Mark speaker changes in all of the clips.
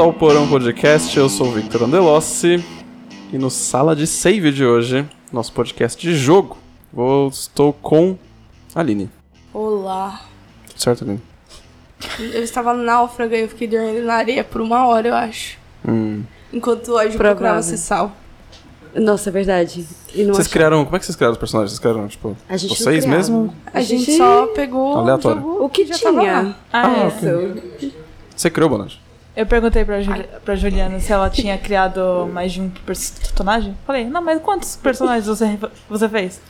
Speaker 1: ao Porão Podcast, eu sou o Victor Andelossi e no Sala de Save de hoje, nosso podcast de jogo, eu estou com a Aline.
Speaker 2: Olá.
Speaker 1: Tudo certo, Aline?
Speaker 2: Eu estava náufraga e eu fiquei dormindo na areia por uma hora, eu acho.
Speaker 1: Hum.
Speaker 2: Enquanto hoje eu
Speaker 3: Provável.
Speaker 2: procurava sal.
Speaker 3: Nossa, é verdade. E não
Speaker 1: Vocês
Speaker 3: acho-
Speaker 1: criaram. Como é que vocês criaram os personagens? Vocês criaram, tipo,
Speaker 3: A gente não
Speaker 1: vocês
Speaker 3: criava.
Speaker 1: mesmo?
Speaker 2: A gente, só pegou.
Speaker 1: Tá Aleatório.
Speaker 2: jogou
Speaker 3: O que
Speaker 2: Já tava
Speaker 3: tinha?
Speaker 4: Ah, é.
Speaker 3: Isso.
Speaker 1: Você criou, Bonante?
Speaker 4: Eu perguntei pra, Juli- pra Juliana se ela tinha criado mais de um pers- personagem. Falei, não, mas quantos personagens você, você fez?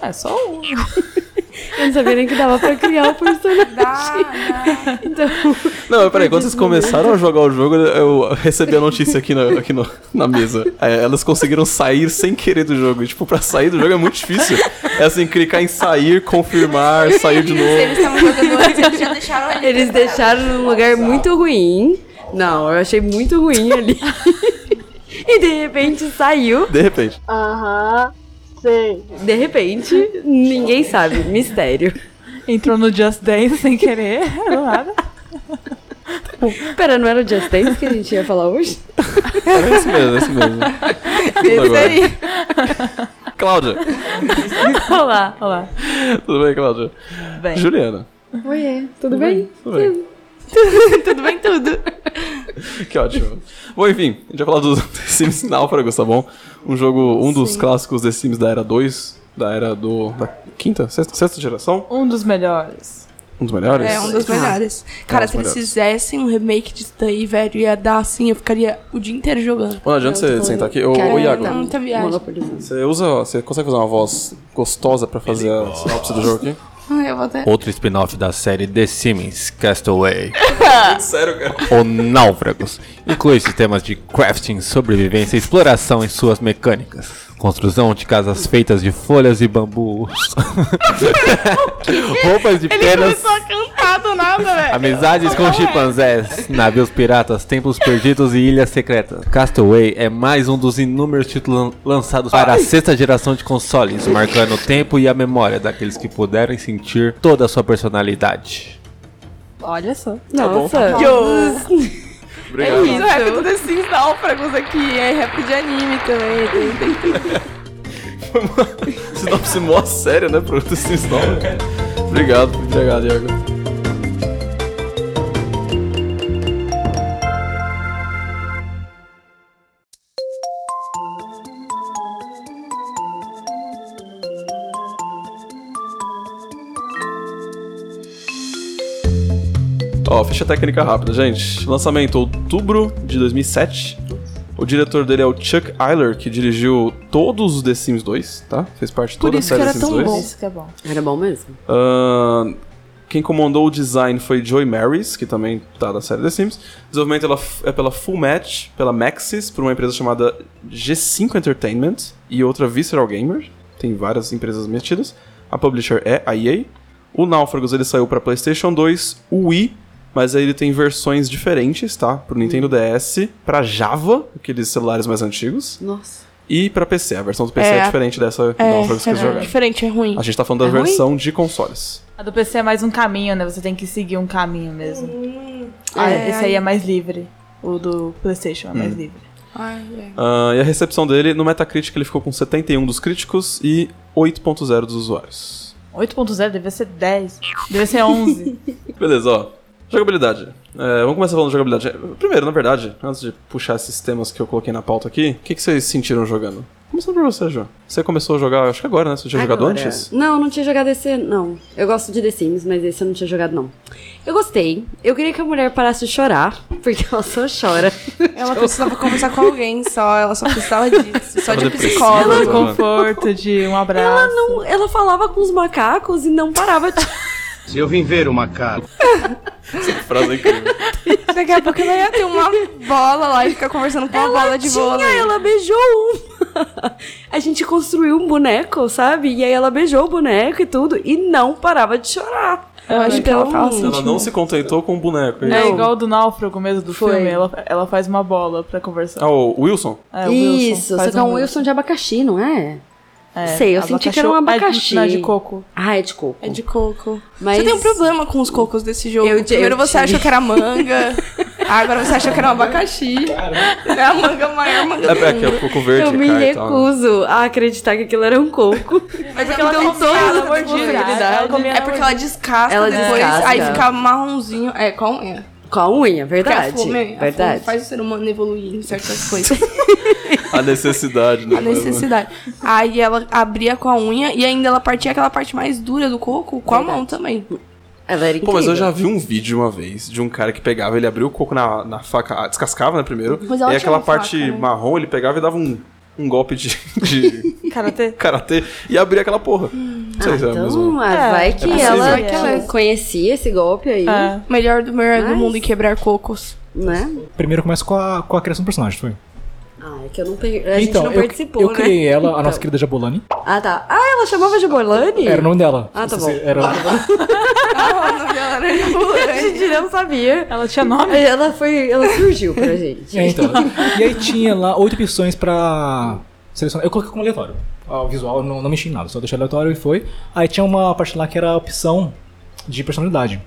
Speaker 4: É, só um.
Speaker 3: Eu não sabia nem que dava pra criar o personagem.
Speaker 2: Dá, dá.
Speaker 3: Então,
Speaker 1: Não, peraí, quando vocês começaram a jogar o jogo, eu recebi a notícia aqui, na, aqui no- na mesa. É, elas conseguiram sair sem querer do jogo. E, tipo, pra sair do jogo é muito difícil. É assim, clicar em sair, confirmar, sair de
Speaker 2: Se
Speaker 1: novo.
Speaker 2: eles estavam jogando antes, eles já deixaram ali.
Speaker 3: eles deixaram num lugar muito ruim. Não, eu achei muito ruim ali. e de repente saiu.
Speaker 1: De repente.
Speaker 3: Aham. Sei. De repente, ninguém sabe. Mistério.
Speaker 4: Entrou no Just Dance sem querer, do nada.
Speaker 3: Pera, não era o Just Dance que a gente ia falar hoje?
Speaker 1: É esse mesmo, é esse mesmo. Tudo agora. Cláudia.
Speaker 4: Olha lá, olha lá.
Speaker 1: Tudo bem, Cláudia?
Speaker 4: Bem,
Speaker 1: Juliana.
Speaker 2: é,
Speaker 3: Oiê, tudo bem?
Speaker 1: Tudo bem.
Speaker 2: Tudo bem, tudo.
Speaker 1: Que ótimo. Bom, enfim, a gente vai falar do The Sims Náufragos, tá bom? Um jogo, um dos clássicos The Sims da era 2, da era do. da quinta, sexta, sexta geração?
Speaker 4: um dos melhores.
Speaker 1: Um dos melhores?
Speaker 2: É um dos melhores. Cara, se eles
Speaker 1: melhores.
Speaker 2: fizessem um remake disso daí, velho, ia dar assim, eu ficaria o dia inteiro jogando.
Speaker 1: Bom, não adianta você sentar aqui. Ô, ô
Speaker 3: Cara,
Speaker 1: Iago,
Speaker 2: tá muita viagem.
Speaker 3: monopolizando.
Speaker 1: você usa. Você consegue fazer uma voz gostosa pra fazer a sinopse do jogo aqui?
Speaker 2: Ah, eu vou até.
Speaker 5: Outro spin-off da série The Sims Castaway,
Speaker 1: Sério, cara.
Speaker 5: ou Náufragos, inclui sistemas de crafting, sobrevivência e exploração em suas mecânicas. Construção de casas feitas de folhas e bambus. Roupas de penas,
Speaker 2: a cantar do nada, velho.
Speaker 5: amizades com chimpanzés, navios piratas, templos perdidos e ilhas secretas. Castaway é mais um dos inúmeros títulos lan- lançados para a sexta geração de consoles, marcando o tempo e a memória daqueles que puderam sentir toda a sua personalidade.
Speaker 4: Olha só.
Speaker 1: Tá
Speaker 3: Nossa.
Speaker 1: Obrigado.
Speaker 2: Isso, é rap do The Sims Náufragos aqui, é rap de anime também. tem- tem-
Speaker 1: Sinopse mó séria, né, pro The Sims Náufragos. Obrigado por entregar, Iago. Ó, ficha técnica rápida, gente. Lançamento outubro de 2007. O diretor dele é o Chuck Eiler, que dirigiu todos os The Sims 2, tá? Fez parte de
Speaker 2: Por
Speaker 1: toda a
Speaker 2: isso
Speaker 1: série
Speaker 2: que
Speaker 1: The
Speaker 2: era
Speaker 1: Sims
Speaker 2: tão
Speaker 1: 2.
Speaker 2: bom.
Speaker 4: Isso que é bom.
Speaker 3: Era bom mesmo.
Speaker 1: Ahn, quem comandou o design foi Joy Marys, que também tá da série The Sims. Desenvolvimento ela f- é pela Full Match, pela Maxis, por uma empresa chamada G5 Entertainment e outra Visceral Gamer. Tem várias empresas metidas. A publisher é a EA. O Náufragos ele saiu para PlayStation 2, o Wii, mas aí ele tem versões diferentes, tá? Pro Nintendo DS, para Java, aqueles celulares mais antigos,
Speaker 3: Nossa.
Speaker 1: e para PC. A versão do PC é,
Speaker 2: É, a-
Speaker 1: diferente dessa Náufragos que
Speaker 2: É,
Speaker 1: eles
Speaker 2: é,
Speaker 1: jogaram.
Speaker 2: diferente, é ruim.
Speaker 1: A gente tá falando da
Speaker 3: É ruim?
Speaker 1: versão de consoles.
Speaker 4: A do PC é mais um caminho, né? Você tem que seguir um caminho mesmo.
Speaker 2: Ai,
Speaker 4: É, esse
Speaker 2: ai.
Speaker 4: aí é mais livre. O do PlayStation é mais livre.
Speaker 2: Ai, é. velho.
Speaker 1: Ah, e a recepção dele, no Metacritic, ele ficou com 71 dos críticos e 8.0 dos usuários.
Speaker 4: 8.0 devia ser 10. Devia ser 11.
Speaker 1: Beleza, ó. Jogabilidade. É, vamos começar falando de jogabilidade. Primeiro, na verdade, antes de puxar esses temas que eu coloquei na pauta aqui, o que, que vocês sentiram jogando? Começando por você, João. Você começou a jogar, acho que agora, né? Você tinha jogado
Speaker 3: Agora-
Speaker 1: antes?
Speaker 3: Não, não tinha jogado esse, não. Eu gosto de The Sims, mas esse eu não tinha jogado, não. Eu gostei. Eu queria que a mulher parasse de chorar, porque ela só chora.
Speaker 2: Ela precisava conversar com alguém só, ela só precisava disso, só de
Speaker 1: Tava depressiva.
Speaker 4: de
Speaker 2: psicólogo.
Speaker 4: conforto, de um abraço.
Speaker 3: Ela não. Ela falava com os macacos e não parava de.
Speaker 6: Eu vim ver o macaco.
Speaker 1: Frase incrível.
Speaker 2: Daqui a pouco ela ia ter uma bola lá e ficar conversando com uma É bola de
Speaker 3: tinha,
Speaker 2: vôlei.
Speaker 3: ela beijou uma. A gente construiu um boneco, sabe? E aí ela beijou o boneco e tudo, e não parava de chorar. Então,
Speaker 2: Eu acho que ela tava
Speaker 1: Ela assim, não se contentou com o boneco. hein?
Speaker 4: É
Speaker 3: Não.
Speaker 4: igual o do náufrago mesmo do
Speaker 3: Foi.
Speaker 4: filme, ela, ela faz uma bola pra conversar.
Speaker 1: Ah, o Wilson?
Speaker 4: É, o Wilson
Speaker 3: Isso, só
Speaker 4: faz
Speaker 3: que é um Wilson de abacaxi, não é? Sei, eu senti que era um abacaxi.
Speaker 4: Não, é de coco.
Speaker 3: Ah, é de coco.
Speaker 2: É de coco.
Speaker 3: Mas-
Speaker 2: Você tem um problema com os cocos desse jogo.
Speaker 3: Eu- eu
Speaker 2: Primeiro você
Speaker 3: tive.
Speaker 2: achou que era manga. Agora você achou que era um abacaxi. É a manga maior, manga
Speaker 1: É,
Speaker 2: do
Speaker 1: é que é
Speaker 2: mundo.
Speaker 1: o coco verde,
Speaker 3: eu me
Speaker 1: cara, e tal, né?
Speaker 3: recuso a acreditar que aquilo era um coco.
Speaker 2: Mas é
Speaker 4: Porque ela
Speaker 2: então
Speaker 4: tem
Speaker 2: todas
Speaker 4: cada
Speaker 2: as
Speaker 4: mordida,
Speaker 2: possibilidades.
Speaker 4: ela comia
Speaker 2: É porque
Speaker 4: na
Speaker 2: ela descasca
Speaker 3: Ela
Speaker 2: depois,
Speaker 3: descasca.
Speaker 2: aí fica marronzinho. É, com a unha.
Speaker 3: Com a unha,
Speaker 2: Porque a
Speaker 3: verdade.
Speaker 2: fome- a fome
Speaker 3: verdade.
Speaker 2: faz o ser humano evoluir em certas coisas.
Speaker 1: A necessidade, né?
Speaker 2: A necessidade. Aí ela abria com a unha e ainda ela partia aquela parte mais dura do coco com a mão também.
Speaker 3: Ela era incrível.
Speaker 1: Pô, mas eu já vi um vídeo uma vez de um cara que pegava, ele abriu o coco na, na faca, ah, descascava, né, primeiro.
Speaker 2: Mas ela
Speaker 1: e
Speaker 2: tinha
Speaker 1: aquela
Speaker 2: uma faca,
Speaker 1: parte
Speaker 2: né?
Speaker 1: marrom ele pegava e dava um, um golpe de, de
Speaker 4: Karatê.
Speaker 1: karatê e abria aquela porra. Não sei se é
Speaker 3: então,
Speaker 1: mesmo.
Speaker 3: ah,
Speaker 4: É,
Speaker 3: vai
Speaker 4: é
Speaker 3: que
Speaker 1: possível.
Speaker 3: ela
Speaker 4: Vai que ela-
Speaker 3: conhecia esse golpe aí,
Speaker 4: É.
Speaker 2: Melhor do melhor do
Speaker 3: Mas-
Speaker 2: mundo e quebrar cocos.
Speaker 3: né?
Speaker 7: Primeiro começa com a, com a criação do personagem, foi?
Speaker 3: Ah, é que eu não pe... a gente
Speaker 7: então,
Speaker 3: não
Speaker 7: eu,
Speaker 3: participou,
Speaker 7: eu
Speaker 3: né?
Speaker 7: criei ela, a nossa
Speaker 3: Então.
Speaker 7: querida Jabolani.
Speaker 3: Ah, tá. Ah, ela chamava de Borlani?
Speaker 7: Era o nome dela.
Speaker 3: Ah, tá
Speaker 7: Você-
Speaker 3: bom.
Speaker 7: Era...
Speaker 3: A gente não sabia.
Speaker 4: Ela tinha nome?
Speaker 3: Ela foi, ela surgiu pra gente.
Speaker 7: É, então. E aí tinha lá oito opções pra selecionar. Eu coloquei como aleatório. Ah, O visual eu não, não mexi em nada, só deixei aleatório e foi. Aí tinha uma parte lá que era a opção de personalidade.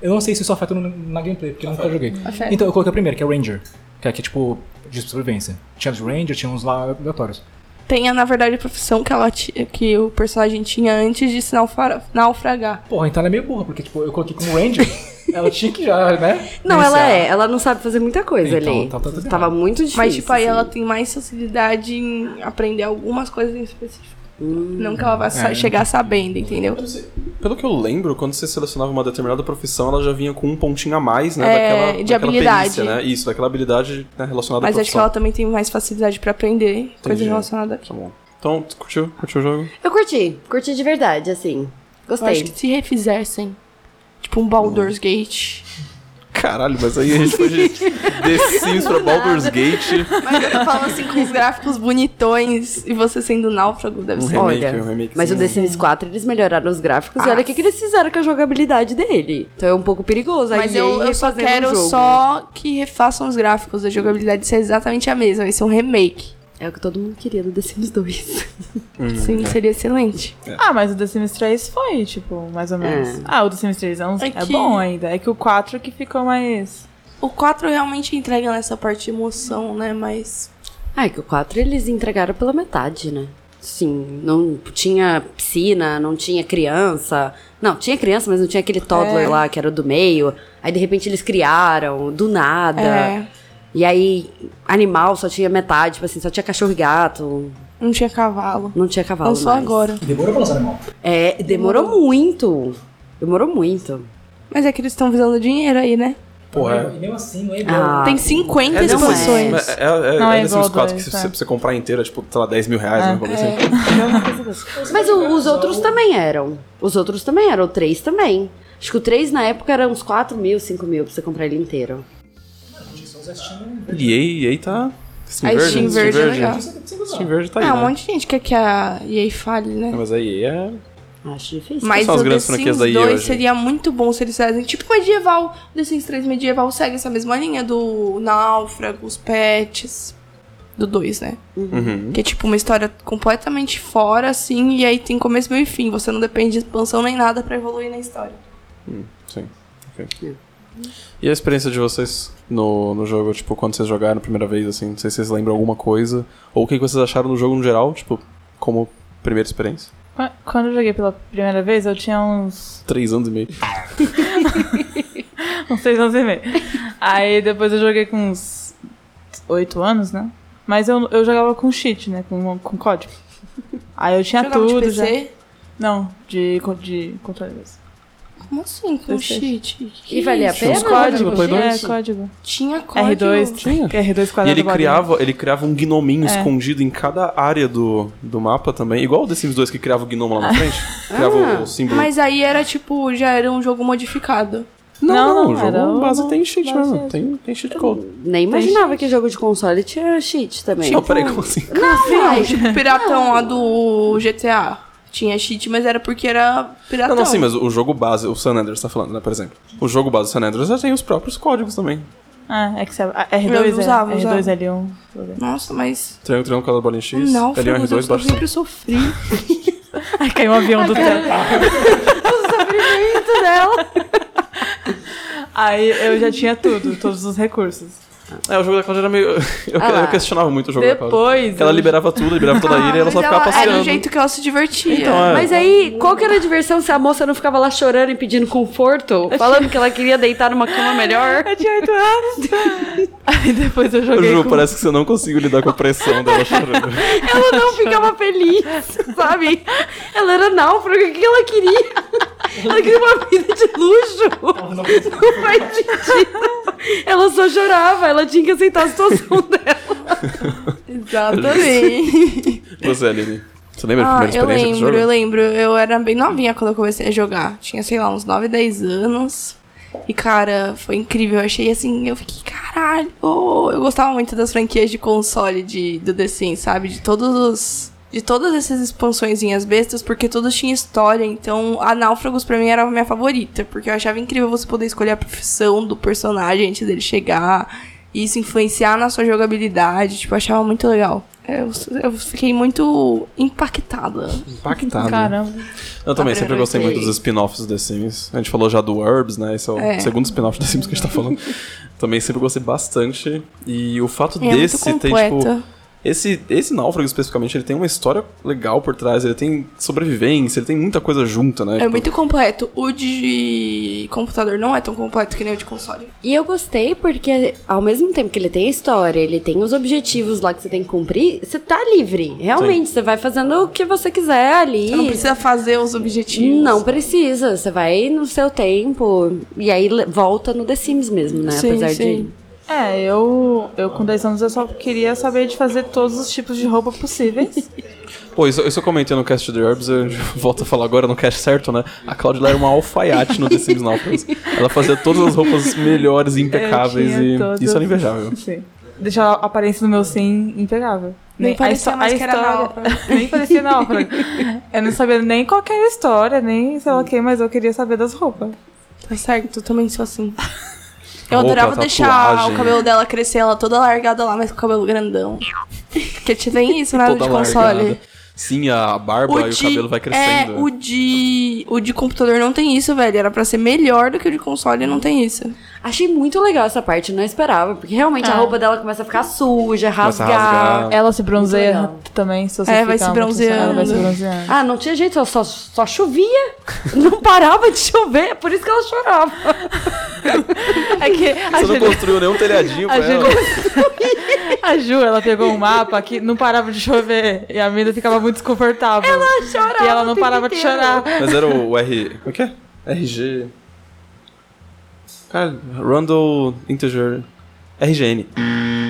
Speaker 7: Eu não sei se isso afeta no- na gameplay, porque eu nunca joguei.
Speaker 2: Afeta.
Speaker 7: Então eu coloquei a primeira, que é Ranger. Que é, que é tipo de sobrevivência. Tinha de Ranger, tinha uns lá aleatórios.
Speaker 2: Tenha, na verdade, a profissão que, ela ti- que o personagem tinha antes de se naufra- naufragar.
Speaker 7: Porra, então ela é meio burra, porque tipo, eu coloquei como Ranger, ela tinha que já, né?
Speaker 3: Não, ela
Speaker 7: iniciar.
Speaker 3: é. Ela não sabe fazer muita coisa
Speaker 7: Então,
Speaker 3: ali.
Speaker 7: tá tudo
Speaker 3: Tava
Speaker 7: errado.
Speaker 3: muito difícil.
Speaker 2: Mas, tipo, aí
Speaker 3: assim.
Speaker 2: ela tem mais facilidade em aprender algumas coisas em específico. Não que ela vá sa-
Speaker 7: É.
Speaker 2: chegar sabendo, entendeu?
Speaker 1: Pelo que eu lembro, quando você selecionava uma determinada profissão, ela já vinha com um pontinho a mais, né?
Speaker 2: É,
Speaker 1: daquela,
Speaker 2: de
Speaker 1: daquela
Speaker 2: habilidade.
Speaker 1: perícia, né? Isso, daquela habilidade né, relacionada à
Speaker 2: Mas é acho que
Speaker 1: profissão.
Speaker 2: ela também tem mais facilidade pra aprender coisas
Speaker 1: Entendi.
Speaker 2: relacionadas aqui.
Speaker 1: Tá bom. Então, tu curtiu? Curtiu o jogo?
Speaker 3: Eu curti. Curti de verdade, assim.
Speaker 2: Eu acho
Speaker 3: Gostei.
Speaker 2: que se refizessem, tipo, um Baldur's Gate.
Speaker 1: Caralho, mas aí a gente foi de The Sims pra Baldur's Gate.
Speaker 2: Mas eu falo assim, com os gráficos bonitões e você sendo náufrago, deve
Speaker 1: Um
Speaker 2: ser.
Speaker 1: remake,
Speaker 3: Olha,
Speaker 1: um remake.
Speaker 3: mas o The Sims 4 eles melhoraram os gráficos
Speaker 2: Ah,
Speaker 3: e olha o que, que eles fizeram com a jogabilidade dele. Então é um pouco perigoso.
Speaker 2: Mas
Speaker 3: aí
Speaker 2: eu, eu só
Speaker 3: refazendo o
Speaker 2: quero
Speaker 3: um jogo.
Speaker 2: só que refaçam os gráficos. A jogabilidade ser exatamente a mesma. Esse é um remake.
Speaker 3: É o que todo mundo queria do The Sims 2.
Speaker 2: Sim, seria excelente.
Speaker 4: Ah, mas o The Sims 3 foi, tipo, mais ou menos.
Speaker 3: É.
Speaker 4: Ah, o The Sims 3 é, um,
Speaker 2: É
Speaker 4: é,
Speaker 2: que-
Speaker 4: bom ainda. É que o 4 que ficou mais.
Speaker 2: O 4 realmente entrega nessa parte de emoção, né? Mas.
Speaker 3: Ah, é que o 4 eles entregaram pela metade, né? Sim, não tinha piscina, não tinha criança. Não, tinha criança, mas não tinha aquele toddler
Speaker 2: É.
Speaker 3: lá que era o do meio. Aí de repente eles criaram, do nada.
Speaker 2: É,
Speaker 3: E aí, animal só tinha metade, tipo assim, só tinha cachorro e gato,
Speaker 2: não tinha cavalo.
Speaker 3: não tinha cavalo.
Speaker 2: Não só
Speaker 3: mais.
Speaker 2: agora.
Speaker 7: Demorou pra lançar né, animal.
Speaker 3: É, demorou, muito. Demorou muito.
Speaker 2: Mas é que eles estão visando dinheiro aí, né?
Speaker 1: Pô, é.
Speaker 7: E mesmo assim, não é
Speaker 3: Ah,
Speaker 2: Tem 50
Speaker 1: É, não, mas-
Speaker 2: expansões.
Speaker 1: mas é, é,
Speaker 4: Não,
Speaker 1: é
Speaker 4: é
Speaker 1: The
Speaker 4: igual
Speaker 1: Sims 4 que
Speaker 4: dois,
Speaker 1: se
Speaker 4: é.
Speaker 1: você, você comprar inteira, tipo, sei lá, 10 mil reais, né? Uma coisa assim.
Speaker 3: Mas o- os outros também eram. Os outros também eram. O 3 também. Acho que o 3 na época era uns 4 mil, 5 mil pra você comprar ele inteiro.
Speaker 1: E aí, e aí tá. Steam
Speaker 2: Aí
Speaker 1: Verde,
Speaker 2: Steam Verde é legal.
Speaker 1: Steam Verde tá aí.
Speaker 2: Ah, um
Speaker 1: né?
Speaker 2: monte de gente quer que a EA fale, né?
Speaker 1: É, Mas aí é.
Speaker 3: Acho difícil.
Speaker 2: Mas
Speaker 1: são as
Speaker 2: o The
Speaker 1: grandes franquias
Speaker 2: Sims
Speaker 1: da EA
Speaker 2: 2
Speaker 1: hoje?
Speaker 2: seria muito bom se eles fizessem tipo medieval. The Sims 3 medieval segue essa mesma linha do náufrago, os pets. Do 2, né?
Speaker 1: Uhum.
Speaker 2: Que é tipo uma história completamente fora, assim, e aí tem começo, meio e fim. Você não depende de expansão nem nada pra evoluir na história.
Speaker 1: hum, Sim. ok. E a experiência de vocês no, no jogo, tipo, quando vocês jogaram a primeira vez, assim, não sei se vocês lembram alguma coisa. Ou o que que vocês acharam do jogo no geral, tipo, como primeira experiência.
Speaker 4: Qu- Quando eu joguei pela primeira vez, eu tinha uns.
Speaker 1: Três anos e meio.
Speaker 4: uns 6 anos e meio. Aí depois eu joguei com uns 8 anos, né? Mas eu, eu jogava com cheat, né? Com, com código. Aí eu tinha
Speaker 2: Jogava
Speaker 4: tudo
Speaker 2: de
Speaker 4: já.
Speaker 2: PC?
Speaker 4: Não, de, co- de controle mesmo.
Speaker 2: Como assim? Com
Speaker 4: Playstation.
Speaker 2: cheat?
Speaker 3: E valia a
Speaker 1: Tinha
Speaker 3: pena?
Speaker 1: uns códigos
Speaker 3: né,
Speaker 1: no Play
Speaker 3: gente?
Speaker 4: É, código.
Speaker 2: Tinha código.
Speaker 4: R2,
Speaker 1: Tinha.
Speaker 4: R2 quadrado
Speaker 1: E ele
Speaker 4: bolinha.
Speaker 1: criava, ele criava um gnominho
Speaker 4: É.
Speaker 1: escondido em cada área do, do mapa também. Igual o The Sims 2 que criava o gnomo lá na frente. Criava o símbolo.
Speaker 2: Mas aí era tipo, já era um jogo modificado.
Speaker 1: Não,
Speaker 4: Não,
Speaker 1: não,
Speaker 4: não,
Speaker 1: o jogo
Speaker 4: era o-
Speaker 1: base tem cheat
Speaker 4: base
Speaker 1: mesmo.
Speaker 4: mesmo.
Speaker 1: Tem, tem cheat code.
Speaker 3: Nem imaginava que jogo de console tinha cheat também.
Speaker 1: Não, peraí, como
Speaker 3: Tá
Speaker 1: assim?
Speaker 2: Não, tipo, piratão lá do GTA. Tinha cheat, mas era porque era piratão.
Speaker 1: Não, não, sim, mas o jogo base, o San Andreas tá falando, né, por exemplo. O jogo base do San Andreas já tem os próprios códigos também.
Speaker 4: Ah, é que sabe. a- R2,
Speaker 2: Eu usava,
Speaker 4: é,
Speaker 2: usava.
Speaker 4: R2 L1. tudo bem.
Speaker 2: Nossa, mas...
Speaker 1: Triângulo, triângulo, quadrado, bolinha X,
Speaker 2: Não, foi
Speaker 1: L1, R2,
Speaker 2: eu
Speaker 1: baixo
Speaker 2: sempre sofri.
Speaker 4: Ai, caiu um avião do céu.
Speaker 3: dela.
Speaker 4: Aí eu já tinha tudo, todos os recursos.
Speaker 1: É, o jogo da Cláudia era meio. Eu,
Speaker 3: Ah lá.
Speaker 1: eu questionava muito o jogo da Cláudia.
Speaker 4: Depois.
Speaker 1: Porque ela
Speaker 4: eu-
Speaker 1: liberava tudo, liberava toda a ilha e ela só
Speaker 2: Ah, mas
Speaker 1: ficava passeando.
Speaker 2: Era o jeito que ela se divertia.
Speaker 1: Então, é.
Speaker 3: Mas aí, qual que era a diversão se a moça não ficava lá chorando e pedindo conforto?
Speaker 1: É
Speaker 3: Falando que ela queria deitar numa cama melhor?
Speaker 4: Eu tinha 8 anos. Aí depois eu
Speaker 1: Eu
Speaker 4: joguei.
Speaker 1: juro,
Speaker 4: com...
Speaker 1: parece que você não conseguiu lidar com a pressão dela chorando.
Speaker 3: Ela não ficava feliz, sabe? Ela era náufraga, o que ela queria? Ela queria uma vida de luxo. Não faz sentido. Ela só chorava, ela tinha que aceitar a situação dela.
Speaker 2: Exatamente.
Speaker 1: Você, Aline. Você lembra da
Speaker 2: Ah,
Speaker 1: primeira
Speaker 2: eu
Speaker 1: experiência do
Speaker 2: lembro,
Speaker 1: jogo?
Speaker 2: eu lembro. Eu era bem novinha quando eu comecei a jogar. Tinha, sei lá, uns 9, 10 anos. E, cara, foi incrível. Eu achei assim, eu fiquei, caralho. eu gostava muito das franquias de console de, do The Sims, sabe? De todos os. De todas essas expansõezinhas bestas, porque todos tinham história, então a Náufragos pra mim era a minha favorita, porque eu achava incrível você poder escolher a profissão do personagem antes dele chegar, e isso influenciar na sua jogabilidade, tipo, eu achava muito legal. É, Eu, eu fiquei muito impactada.
Speaker 4: Tá,
Speaker 5: Impactado.
Speaker 4: Caramba.
Speaker 1: Eu também
Speaker 2: Ah,
Speaker 1: sempre
Speaker 2: eu
Speaker 1: gostei
Speaker 2: sei.
Speaker 1: muito dos spin-offs do The Sims. A gente falou já do Herbs, né? Esse é o
Speaker 2: É.
Speaker 1: segundo spin-off do The Sims que a gente tá falando. também sempre gostei bastante. E o fato
Speaker 2: E é muito
Speaker 1: desse ter, tipo,
Speaker 2: completa.
Speaker 1: Esse, esse náufrago especificamente, ele tem uma história legal por trás, ele tem sobrevivência, ele tem muita coisa junta, né?
Speaker 2: É muito completo. O de computador não é tão completo que nem o de console.
Speaker 3: E eu gostei porque, ao mesmo tempo que ele tem a história, ele tem os objetivos lá que você tem que cumprir, você tá livre. Realmente, você vai fazendo o que você quiser ali.
Speaker 2: Você não precisa fazer os objetivos.
Speaker 3: Não precisa, você vai no seu tempo e aí le- volta no The Sims mesmo, né?
Speaker 2: Sim,
Speaker 3: Apesar
Speaker 2: sim.
Speaker 3: de.
Speaker 4: É, eu, eu com 10 anos eu só queria saber de fazer todos os tipos de roupa possíveis.
Speaker 1: Pô, isso, isso eu comentei no cast de Herbs, eu volto a falar agora no cast certo, né? A Claudia ela era uma alfaiate no The Sims Náufragos. Ela fazia todas as roupas melhores, impecáveis,
Speaker 4: Eu tinha
Speaker 1: e
Speaker 4: todas-
Speaker 1: isso era invejável.
Speaker 4: Sim. Deixar a aparência do meu sim impecável.
Speaker 2: Nem
Speaker 4: a
Speaker 2: parecia
Speaker 4: histó-
Speaker 2: mais
Speaker 4: a
Speaker 2: que era
Speaker 4: história- Nem parecia náufrago. Eu não sabia nem qual que era a história, nem sei lá quem, mas eu queria saber das roupas.
Speaker 2: Tá certo, eu também sou assim. Eu
Speaker 1: Roupa,
Speaker 2: adorava deixar
Speaker 1: tatuagem.
Speaker 2: o cabelo dela crescer, ela toda largada lá, mas com o cabelo grandão. Porque tem isso, né?
Speaker 1: Toda
Speaker 2: De
Speaker 1: largada.
Speaker 2: console.
Speaker 1: Sim, a barba e o cabelo vai crescendo.
Speaker 2: É, o de. O de computador não tem isso, velho. Era pra ser melhor do que o de console e não tem isso.
Speaker 3: Achei muito legal essa parte, não esperava, porque realmente a roupa dela começa a ficar suja, É.
Speaker 1: Começa a
Speaker 3: rasgar.
Speaker 1: rasgar.
Speaker 4: Ela se
Speaker 3: bronzeia
Speaker 4: bronzeia também, se você
Speaker 2: É, vai ficar se muito bronzeando.
Speaker 4: Ela vai se
Speaker 2: sensual,
Speaker 4: bronzeando.
Speaker 3: Ah, não tinha jeito, só, só, só chovia. não parava de chover, por isso que ela chorava.
Speaker 4: É que a
Speaker 1: Você não
Speaker 4: Ju,
Speaker 1: construiu nenhum telhadinho pra
Speaker 4: a Ju-
Speaker 1: ela.
Speaker 4: a Ju, ela pegou um mapa que não parava de chover e a mina ficava muito desconfortável. Ela
Speaker 3: chorava
Speaker 4: E ela
Speaker 3: o
Speaker 4: não
Speaker 3: tempo
Speaker 4: parava de
Speaker 3: inteiro.
Speaker 4: chorar.
Speaker 1: Mas era o R. Como é que é? RG. Cara, Randall Integer. RGN.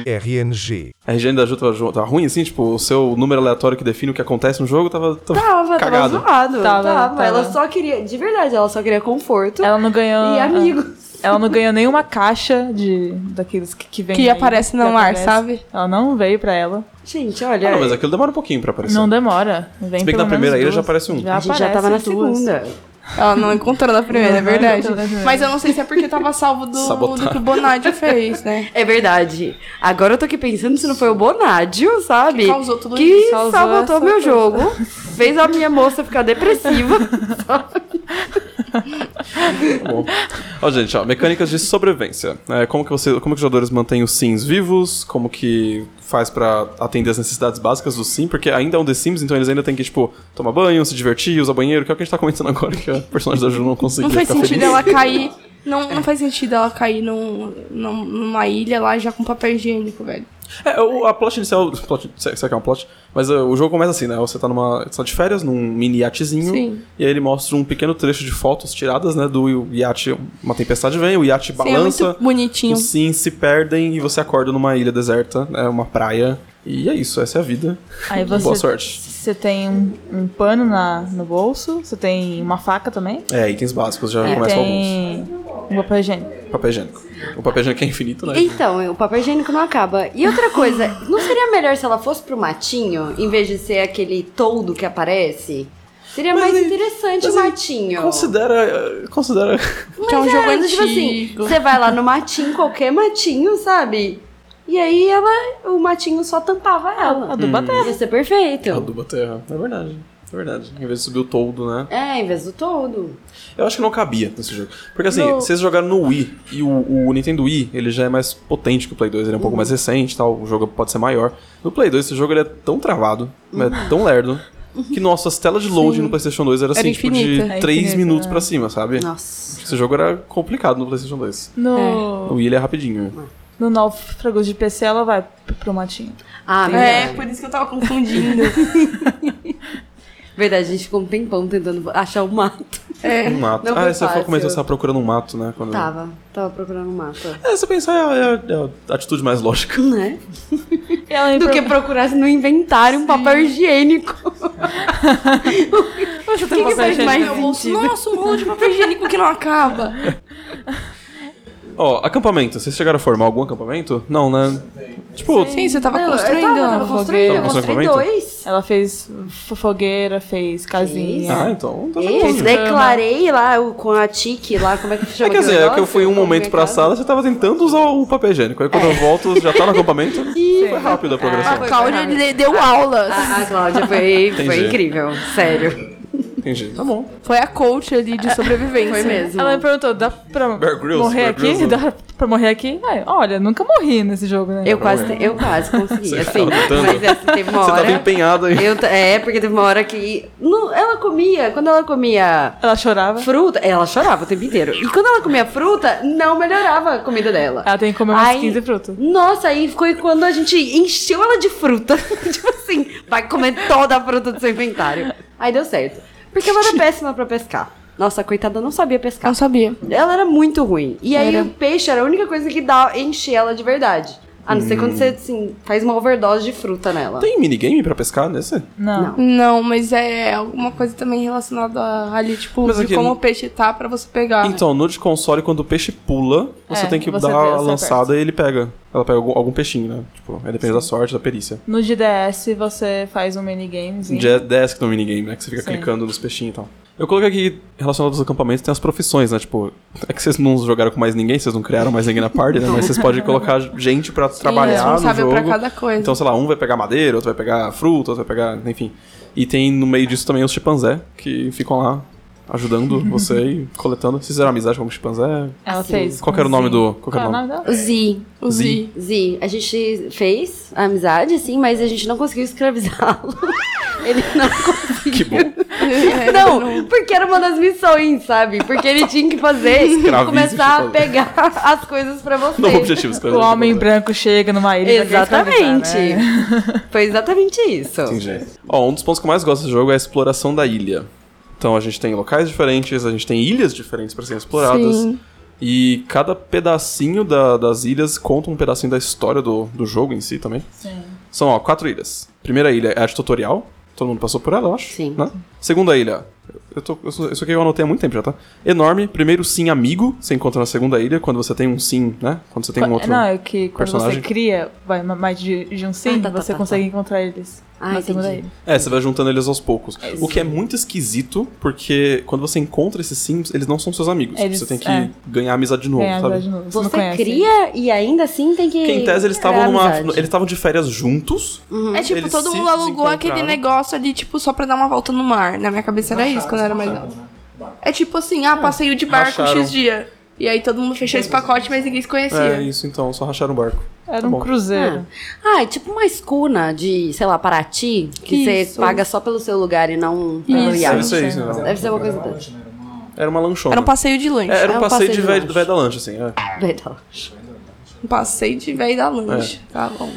Speaker 8: RNG.
Speaker 1: A RGN da Ju tava, ju- tava ruim assim? Tipo, o seu número aleatório que define o que acontece no jogo tava. tava-
Speaker 3: Tava,
Speaker 1: Cagado.
Speaker 3: tava zoado.
Speaker 4: Tava,
Speaker 3: Tava,
Speaker 4: tava.
Speaker 3: Ela só queria, de verdade, ela só queria conforto
Speaker 4: Ela não ganhou.
Speaker 3: e amigos.
Speaker 4: Ela não ganhou nenhuma caixa de daqueles que, que vem.
Speaker 2: Que
Speaker 4: aí,
Speaker 2: aparece no
Speaker 4: que
Speaker 2: mar,
Speaker 4: aparece.
Speaker 2: sabe?
Speaker 4: Ela não veio pra ela.
Speaker 3: Gente,
Speaker 1: Ah,
Speaker 3: olha.
Speaker 1: não, mas aquilo demora um pouquinho pra aparecer.
Speaker 4: Não demora. Vem
Speaker 1: Se bem que na
Speaker 4: pelo
Speaker 1: primeira
Speaker 4: menos
Speaker 1: ilha já
Speaker 4: duas.
Speaker 1: aparece um.
Speaker 4: Já
Speaker 3: a gente já
Speaker 4: aparece
Speaker 3: tava na
Speaker 4: duas.
Speaker 3: segunda.
Speaker 2: Ela não encontrou na primeira, é
Speaker 4: Não, não
Speaker 2: verdade.
Speaker 4: encontrou na primeira.
Speaker 2: Mas eu não sei se é porque tava salvo do,
Speaker 1: Sabotagem.
Speaker 2: do que o Bonadi fez, né?
Speaker 3: É verdade. Agora eu tô aqui pensando se não foi o Bonadio, sabe?
Speaker 2: Que causou tudo
Speaker 3: que
Speaker 2: isso.
Speaker 4: Causou
Speaker 3: sabotou
Speaker 4: essa
Speaker 3: meu
Speaker 4: coisa.
Speaker 3: jogo. Fez a minha moça ficar depressiva.
Speaker 1: Tá Bom. Ó, gente, ó, mecânicas de sobrevivência. É, como, que você, como que os jogadores mantêm os sims vivos? Como que faz pra atender as necessidades básicas do sim? Porque ainda é um The Sims, então eles ainda têm que, tipo, tomar banho, se divertir, usar banheiro, que é o que a gente tá comentando agora, que a personagem da Ju não conseguia
Speaker 2: Não faz
Speaker 1: ficar
Speaker 2: sentido
Speaker 1: feliz.
Speaker 2: ela cair. Não, não faz sentido ela cair num, num- numa ilha lá já com papel higiênico, velho.
Speaker 1: É, o, a plot inicial. Plot, sei, sei que é um plot. Mas é, o jogo começa assim, né? Você tá numa. Você tá de férias, num mini iatezinho.
Speaker 2: Sim.
Speaker 1: E aí ele mostra um pequeno trecho de fotos tiradas, né? Do iate. Uma tempestade vem, o iate
Speaker 2: Sim, é
Speaker 1: balança.
Speaker 2: muito bonitinho.
Speaker 1: os sims se perdem e você acorda numa ilha deserta, né? Uma praia. E é isso, essa é a vida.
Speaker 4: Aí você,
Speaker 1: Boa sorte.
Speaker 4: Você tem um, um pano na, no bolso, você tem uma faca também.
Speaker 1: É, itens básicos, já começam alguns.
Speaker 4: tem um papel higiênico.
Speaker 1: Papel higiênico. O papel higiênico é infinito, né?
Speaker 3: Então, o papel higiênico não acaba. E outra coisa, não seria melhor se ela fosse pro matinho, em vez de ser aquele toldo que aparece? Seria
Speaker 1: Mas
Speaker 3: é mais
Speaker 1: aí-
Speaker 3: interessante
Speaker 1: mas é
Speaker 3: o
Speaker 1: aí
Speaker 3: matinho.
Speaker 1: Considera. Considera.
Speaker 2: Que é um jogo
Speaker 3: mas, tipo assim,
Speaker 2: antigo.
Speaker 3: você vai lá no matinho, qualquer matinho, sabe? E aí ela, o matinho só tampava ela.
Speaker 1: Hum.
Speaker 4: Aduba até.
Speaker 3: Ia ser perfeito.
Speaker 1: Ah, Aduba terra. É verdade. É verdade. Em vez de subir o toldo, né?
Speaker 3: É, em vez do todo.
Speaker 1: Eu acho que não cabia nesse jogo. Porque assim,
Speaker 4: No-
Speaker 1: vocês jogaram no Wii e o, o Nintendo Wii, ele já é mais potente que o Play 2, ele é um pouco mais recente, e tal, o jogo pode ser maior. No Play 2 esse jogo ele é tão travado, mas é tão lerdo. Que nossa, as telas de load no PlayStation 2 era assim,
Speaker 2: Era
Speaker 1: tipo, de
Speaker 2: infinita.
Speaker 4: É
Speaker 1: 3
Speaker 4: infinita,
Speaker 1: minutos
Speaker 4: né?
Speaker 1: pra cima, sabe?
Speaker 3: Nossa.
Speaker 1: Esse jogo era complicado no PlayStation 2. O
Speaker 4: No,
Speaker 1: Wii ele é rapidinho.
Speaker 4: no Náufragos de PC, ela vai pro matinho.
Speaker 3: Ah,
Speaker 2: É,
Speaker 3: verdade.
Speaker 2: por isso que eu tava confundindo.
Speaker 3: Verdade, a gente ficou um tempão tentando achar o mato.
Speaker 1: Um mato.
Speaker 3: não
Speaker 1: ah,
Speaker 3: foi
Speaker 1: você
Speaker 3: fácil. Tá.
Speaker 1: comentou que você tava procurando um mato, né? Quando...
Speaker 3: Tava, tava procurando o mato.
Speaker 1: É, você pensar é, a- é a atitude mais lógica.
Speaker 3: Né?
Speaker 4: Ela
Speaker 3: Do que procurar no inventário um papel higiênico.
Speaker 4: Poxa,
Speaker 2: O que, que faz mais meu bolso? Nossa, um rolo de papel higiênico que não acaba.
Speaker 1: Ó, acampamento. Vocês chegaram a formar algum acampamento? Não, né? Tipo,
Speaker 2: Sim, você tava
Speaker 3: Não, eu
Speaker 2: construindo.
Speaker 3: tava, tava construindo, eu
Speaker 1: Tava
Speaker 3: construí
Speaker 1: construindo
Speaker 3: dois.
Speaker 4: Ela fez fo- fogueira, fez casinha.
Speaker 1: Ah, então. Tá
Speaker 3: Eu
Speaker 1: bom.
Speaker 3: declarei lá o- com a Tiki lá, como é que chama?
Speaker 1: É, quer
Speaker 3: aquele
Speaker 1: dizer, é que eu
Speaker 3: negócio?
Speaker 1: fui um momento pra
Speaker 3: mercado.
Speaker 1: sala, você tava tentando usar o papel higiênico. Aí quando
Speaker 4: É.
Speaker 1: eu volto, já tá no acampamento. Foi rápido a
Speaker 4: Ah,
Speaker 1: progressão.
Speaker 2: A Cláudia de- deu aulas.
Speaker 3: A, a Cláudia foi,
Speaker 1: Entendi.
Speaker 3: foi incrível, sério.
Speaker 1: Entendi. Tá bom.
Speaker 2: Foi a coach ali de sobrevivência.
Speaker 3: Foi mesmo.
Speaker 4: Ela me perguntou, dá pra
Speaker 1: Bear Grylls,
Speaker 4: morrer
Speaker 1: Bear Grylls,
Speaker 4: aqui? Dá pra morrer aqui? Aí, olha, nunca morri nesse jogo, né?
Speaker 3: Eu quase, te- eu quase consegui,
Speaker 1: é. Você
Speaker 3: assim.
Speaker 1: tava tentando?
Speaker 3: Mas assim, teve uma
Speaker 1: Você tava
Speaker 3: hora.
Speaker 1: empenhado aí.
Speaker 3: Eu, t- é, porque teve uma hora que. não, ela comia, quando ela comia
Speaker 4: Ela chorava.
Speaker 3: fruta, ela chorava o tempo inteiro. E quando ela comia fruta, não melhorava a comida dela.
Speaker 4: Ela tem que comer umas
Speaker 3: Aí-
Speaker 4: 15 frutas.
Speaker 3: Nossa, aí foi quando a gente encheu ela de fruta. tipo assim, vai comer toda a fruta do seu inventário. Aí deu certo. Porque ela era péssima pra pescar. Nossa, coitada, não sabia pescar.
Speaker 2: Não sabia.
Speaker 3: Ela era muito ruim. E aí
Speaker 2: Era.
Speaker 3: o peixe era a única coisa que dá encher ela de verdade. A não ser
Speaker 4: Hum.
Speaker 3: quando você, assim, faz uma overdose de fruta nela.
Speaker 1: Tem minigame pra pescar nesse?
Speaker 4: Não.
Speaker 3: Não.
Speaker 2: Não, mas é alguma coisa também relacionada a- ali, tipo,
Speaker 1: Mas
Speaker 2: de
Speaker 1: aqui-
Speaker 2: como o peixe tá pra você pegar.
Speaker 1: Então, no de console, quando o peixe pula, você
Speaker 4: Ah. É,
Speaker 1: tem que
Speaker 4: você
Speaker 1: dar
Speaker 4: vê, você
Speaker 1: a lançada e ele pega. Ela pega algum, algum peixinho, né? Tipo, aí depende da sorte, da perícia.
Speaker 4: No GDS você faz um minigame.
Speaker 1: Já Desk no minigame, né? Que você fica
Speaker 4: Sim.
Speaker 1: clicando nos peixinhos e tal. Eu coloquei aqui, relacionado aos acampamentos, tem as profissões, né? Tipo, é que vocês não jogaram com mais ninguém, vocês não criaram mais ninguém na party, né? Mas vocês podem colocar gente pra trabalhar no
Speaker 2: é responsável
Speaker 1: jogo.
Speaker 2: pra cada coisa.
Speaker 1: Então, sei lá, um vai pegar madeira, outro vai pegar fruta, outro vai pegar... Enfim. E tem no meio disso também os chimpanzé, que ficam lá ajudando você e coletando. Vocês fizeram amizade com o chimpanzé?
Speaker 4: Ela
Speaker 3: Assim.
Speaker 4: fez.
Speaker 1: Qual que era o nome do... Qual que era
Speaker 4: Qual é
Speaker 1: o
Speaker 4: o
Speaker 1: nome?
Speaker 4: nome dela?
Speaker 3: O Zi.
Speaker 2: O Z.
Speaker 3: Zi, a gente fez a amizade, sim, mas a gente não conseguiu escravizá-lo. Ele não conseguiu.
Speaker 1: Que bom.
Speaker 2: É,
Speaker 3: Não, porque era uma das missões, sabe? Porque ele tinha que fazer
Speaker 1: Escraviza
Speaker 3: começar a
Speaker 1: o chimpanzé.
Speaker 3: pegar as coisas pra você.
Speaker 1: Não, objetivos.
Speaker 4: O homem branco chega numa ilha. e já quer
Speaker 3: Exatamente.
Speaker 4: escravizar, né?
Speaker 3: Foi exatamente isso.
Speaker 1: Entendi. Ó, um dos pontos que eu mais gosto do jogo é a exploração da ilha. Então a gente tem locais diferentes, a gente tem ilhas diferentes pra serem exploradas.
Speaker 2: Sim.
Speaker 1: E cada pedacinho da- das ilhas conta um pedacinho da história do, do jogo em si também. São, ó, quatro ilhas. Primeira ilha é a de tutorial. Todo mundo passou por ela, eu acho.
Speaker 3: Sim.
Speaker 1: né? Segunda ilha. Eu tô, eu sou- isso aqui eu anotei há muito tempo já, tá? Enorme. Primeiro sim amigo. Você encontra na segunda ilha, quando você tem um sim, né? Quando você tem um outro.
Speaker 4: Não, é que quando
Speaker 1: personagem.
Speaker 4: você cria vai ma- mais de, de um sim,
Speaker 3: Ah, tá, tá,
Speaker 4: você
Speaker 3: tá,
Speaker 4: consegue encontrar eles.
Speaker 3: Ah,
Speaker 4: na segunda
Speaker 3: entendi.
Speaker 4: ilha.
Speaker 1: É, você vai juntando eles aos poucos. O que é muito esquisito, porque quando você encontra esses sims, eles não são seus amigos.
Speaker 4: Eles-
Speaker 1: você tem que
Speaker 4: é.
Speaker 1: ganhar amizade de novo,
Speaker 4: Ganhar
Speaker 1: sabe?
Speaker 4: amizade de novo. Você, não
Speaker 3: Você
Speaker 4: conhece.
Speaker 3: cria e ainda assim tem que.
Speaker 1: Porque em tese eles estavam
Speaker 3: criar
Speaker 1: numa.
Speaker 3: é amizade.
Speaker 1: Eles estavam de férias juntos.
Speaker 2: É tipo,
Speaker 1: Eles
Speaker 2: todo
Speaker 1: se
Speaker 2: mundo alugou
Speaker 1: desencontraram.
Speaker 2: aquele negócio ali, tipo, só pra dar uma volta no mar. Na minha cabeça era isso quando eu era mais nova. É tipo assim, ah, passeio de barco
Speaker 1: racharam.
Speaker 2: X dia. E aí todo mundo fechou esse pacote, mas ninguém se
Speaker 1: É,
Speaker 2: conhecia.
Speaker 1: isso então, só racharam o barco.
Speaker 4: Era
Speaker 1: Tá
Speaker 4: um
Speaker 1: bom.
Speaker 4: cruzeiro.
Speaker 3: Ah, é tipo uma escuna de, sei lá, Paraty, que
Speaker 2: Isso.
Speaker 3: você paga só pelo seu lugar e não pelo
Speaker 4: Isso.
Speaker 1: Deve
Speaker 3: iate.
Speaker 1: ser isso,
Speaker 7: Mas
Speaker 1: né?
Speaker 7: era
Speaker 3: Deve ser uma coisa tipo.
Speaker 7: era
Speaker 3: dessa.
Speaker 7: lanche, né? Era uma-
Speaker 1: Era uma lanchona.
Speaker 2: Era um passeio de lanche.
Speaker 1: É, era
Speaker 3: é
Speaker 1: um
Speaker 3: um
Speaker 1: passeio,
Speaker 3: passeio
Speaker 1: de
Speaker 3: de
Speaker 1: velho,
Speaker 3: lanche.
Speaker 1: velho da lancha, assim. é.
Speaker 3: Verdade.
Speaker 2: Um passeio de velho da lanche.
Speaker 1: É.
Speaker 2: Tá bom.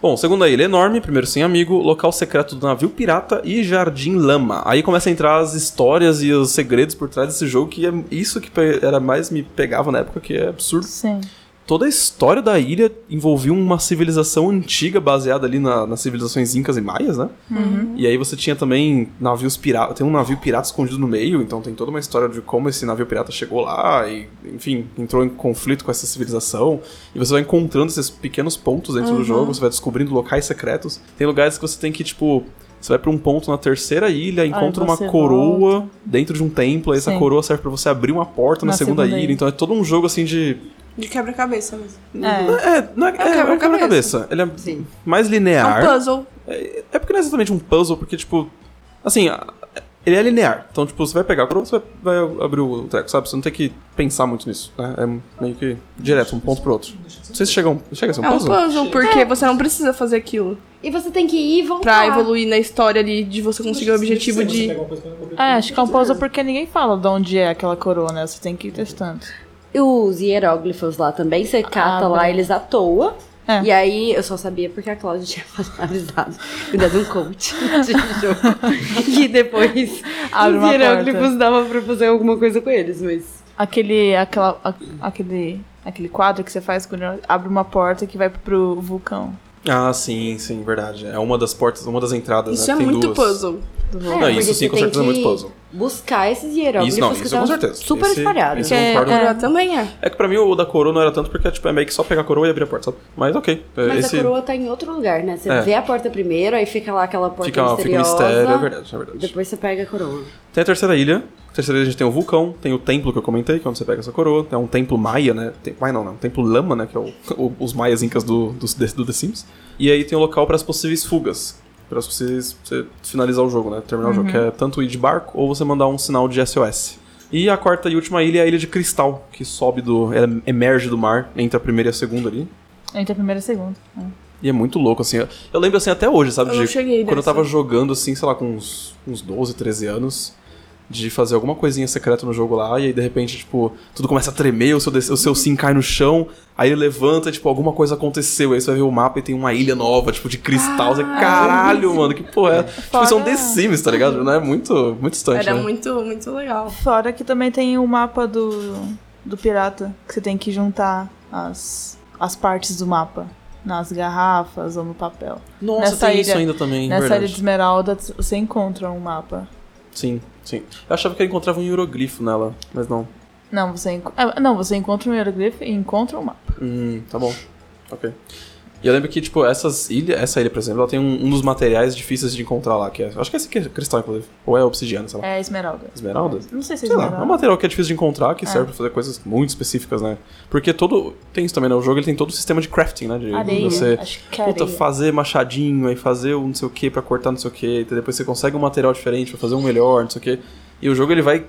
Speaker 1: Bom, segunda ilha enorme, primeiro sem amigo, local secreto do navio pirata e jardim lama. Aí começa a entrar as histórias e os segredos por trás desse jogo, que é isso que pe- era mais me pegava na época, que é absurdo.
Speaker 4: Sim.
Speaker 1: Toda a história da ilha envolvia uma civilização antiga baseada ali na- nas civilizações incas e maias, né?
Speaker 4: Uhum.
Speaker 1: E aí você tinha também navios piratas. Tem um navio pirata escondido no meio, então tem toda uma história de como esse navio pirata chegou lá e, enfim, entrou em conflito com essa civilização. E você vai encontrando esses pequenos pontos dentro
Speaker 4: Uhum.
Speaker 1: do jogo, você vai descobrindo locais secretos. Tem lugares que você tem que, tipo. Você vai pra um ponto na terceira ilha, encontra uma
Speaker 4: você
Speaker 1: coroa dentro de um templo, aí essa
Speaker 4: Sim.
Speaker 1: coroa serve pra você abrir uma porta na,
Speaker 4: Na
Speaker 1: segunda,
Speaker 4: segunda
Speaker 1: ilha.
Speaker 4: ilha.
Speaker 1: Então é todo um jogo assim de
Speaker 2: De quebra-cabeça mesmo.
Speaker 3: Uhum.
Speaker 4: É.
Speaker 1: é, não é, é, é um quebra-cabeça. Ele é
Speaker 3: Sim.
Speaker 1: mais
Speaker 2: É
Speaker 1: linear.
Speaker 2: um puzzle.
Speaker 1: É porque não é exatamente um puzzle, porque, tipo, Assim, a- ele é linear. Então, tipo, você vai pegar o coroa, você vai vai abrir o treco, sabe? Você não tem que pensar muito nisso, né? É meio que direto, um ponto pro outro. Não sei se chega, a um, chega a ser um
Speaker 2: É um
Speaker 1: puzzle.
Speaker 2: puzzle, porque você não precisa fazer aquilo.
Speaker 3: E você tem que ir e voltar.
Speaker 2: Pra evoluir na história ali, de você conseguir o objetivo de...
Speaker 4: É, acho que é um puzzle porque ninguém fala de onde é aquela coroa, né? Você tem que ir testando.
Speaker 3: Os hieróglifos lá também, você cata
Speaker 4: Ah,
Speaker 3: lá
Speaker 4: bom.
Speaker 3: eles à toa.
Speaker 4: É.
Speaker 3: E aí, eu só sabia porque a Cláudia tinha avisado. Cuidado de um coach de jogo. e depois
Speaker 4: Abre
Speaker 3: os
Speaker 4: uma
Speaker 3: hieróglifos dava pra fazer alguma coisa com eles, mas...
Speaker 4: Aquele, aquela, a- aquele, aquele quadro que você faz quando abre uma porta que vai pro vulcão.
Speaker 1: Ah, sim, sim, verdade. É uma das portas, uma das entradas,
Speaker 2: Isso
Speaker 1: né?
Speaker 2: é
Speaker 1: Tem
Speaker 2: muito
Speaker 1: duas.
Speaker 2: puzzle.
Speaker 4: Do
Speaker 3: É,
Speaker 4: vulcão.
Speaker 1: Não,
Speaker 3: porque
Speaker 1: isso
Speaker 3: você
Speaker 1: sim, com
Speaker 3: tem
Speaker 1: certeza é
Speaker 3: que
Speaker 1: muito puzzle.
Speaker 3: Buscar esses hieróglifos
Speaker 1: Isso não,
Speaker 3: que
Speaker 1: isso é
Speaker 3: estavam
Speaker 1: com certeza.
Speaker 3: super
Speaker 1: Esse-
Speaker 3: espalhados.
Speaker 1: esse eu
Speaker 4: É,
Speaker 1: concordo.
Speaker 4: é.
Speaker 2: Coroa também é.
Speaker 1: É que pra mim o da coroa não era tanto porque tipo, é meio que só pegar a coroa e abrir a porta, sabe? Mas ok. É,
Speaker 3: Mas
Speaker 1: esse
Speaker 3: a coroa tá em outro lugar, né? Você
Speaker 1: É.
Speaker 3: vê a porta primeiro, aí fica lá aquela porta
Speaker 1: fica, fica um
Speaker 3: misteriosa.
Speaker 1: mistério, é verdade, é verdade.
Speaker 3: Depois você pega a coroa.
Speaker 1: Tem a terceira ilha. Na terceira ilha a gente tem o vulcão, tem o templo que eu comentei, que é onde você pega essa coroa. É um templo maia, né? Tem, maia não, né? Um templo lama, né? Que é o- o- os maias incas do, do, do The Sims. E aí tem o local para as possíveis fugas. Para as possíveis você finalizar o jogo, né? Terminar o jogo.
Speaker 3: Uhum.
Speaker 1: Que é tanto ir de barco ou você mandar um sinal de SOS. E a quarta e última ilha é a ilha de cristal, que sobe do. Ela emerge do mar, entre a primeira e a segunda ali.
Speaker 4: Entre a primeira e a segunda. É.
Speaker 1: E é muito louco, assim. Eu- Eu lembro assim até hoje, sabe?
Speaker 2: Eu não
Speaker 1: de
Speaker 2: cheguei
Speaker 1: quando eu
Speaker 2: nessa.
Speaker 1: tava jogando, assim, sei lá, com uns, uns 12, 13 anos, de fazer alguma coisinha secreta no jogo lá, e aí de repente, tipo, tudo começa a tremer, o seu, des- o seu sim cai no chão, aí ele levanta, e, tipo, alguma coisa aconteceu. Aí você vai ver o mapa e tem uma ilha nova, tipo, de cristal. Você, caralho, mano, que porra é? Tipo, isso é um
Speaker 4: Fora-
Speaker 1: The Sims, tá ligado? Não é muito, muito distante,
Speaker 2: Era
Speaker 1: né?
Speaker 2: muito, muito legal.
Speaker 4: Fora que também tem o mapa do, do pirata, que você tem que juntar as, as partes do mapa. Nas garrafas ou no papel.
Speaker 1: Nossa,
Speaker 4: nessa
Speaker 1: tem
Speaker 4: ilha-
Speaker 1: isso ainda também,
Speaker 4: Nessa
Speaker 1: verdade.
Speaker 4: área de esmeralda t- você encontra um mapa.
Speaker 1: Sim, sim. Eu achava que eu encontrava um hieroglifo nela, mas não.
Speaker 4: Não, você, enco- ah, não, você encontra um hieroglifo e encontra um mapa.
Speaker 1: Hum, tá bom. Ok. E eu lembro que, tipo, essas ilha, essa ilha, por exemplo, ela tem um, um dos materiais difíceis de encontrar lá, que é. Acho que é esse aqui é cristal, inclusive. Ou é obsidiana, sei lá.
Speaker 4: É esmeralda.
Speaker 1: Esmeralda?
Speaker 4: Não sei se é
Speaker 1: Sei lá, é um
Speaker 4: esmeralda.
Speaker 1: material que é difícil de encontrar, que serve pra fazer coisas muito específicas, né? Porque todo. Tem isso também, né? O jogo ele tem todo o sistema de crafting, né? De
Speaker 4: areia.
Speaker 1: você.
Speaker 4: Acho que é
Speaker 1: Puta,
Speaker 4: areia.
Speaker 1: fazer machadinho, aí fazer o não sei o que pra cortar não sei o que, depois você consegue um material diferente pra fazer um melhor, não sei o que. E o jogo ele vai,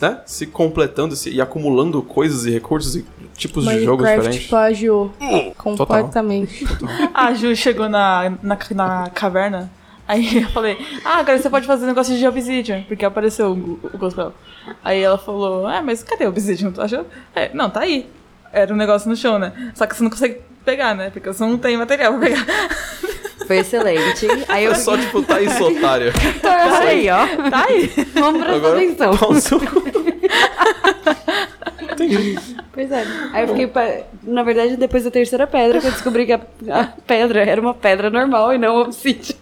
Speaker 1: né, se completando se- e acumulando coisas e recursos e tipos de jogos
Speaker 2: Minecraft
Speaker 1: diferentes.
Speaker 2: plagiou completamente.
Speaker 4: A Ju chegou na, na, na caverna. Aí eu falei, ah, agora você pode fazer negócio de obsidian, porque apareceu o, o Ghost Bell. Aí ela falou, ah, mas cadê o obsidian? Tu achou? É, não, tá aí. Era um negócio no chão, né? Só que você não consegue pegar, né? Porque você não tem material pra pegar.
Speaker 3: Foi excelente. Aí eu...
Speaker 1: É só, tipo, tá isso, otário.
Speaker 3: Aí, ó.
Speaker 4: Tá aí.
Speaker 3: Vamos prestar
Speaker 1: Agora,
Speaker 3: atenção.
Speaker 1: pau no seu cu.
Speaker 3: Pois é. Aí eu fiquei. pa- Na verdade, depois da terceira pedra, que eu descobri que a, a pedra era uma pedra normal e não obsidian.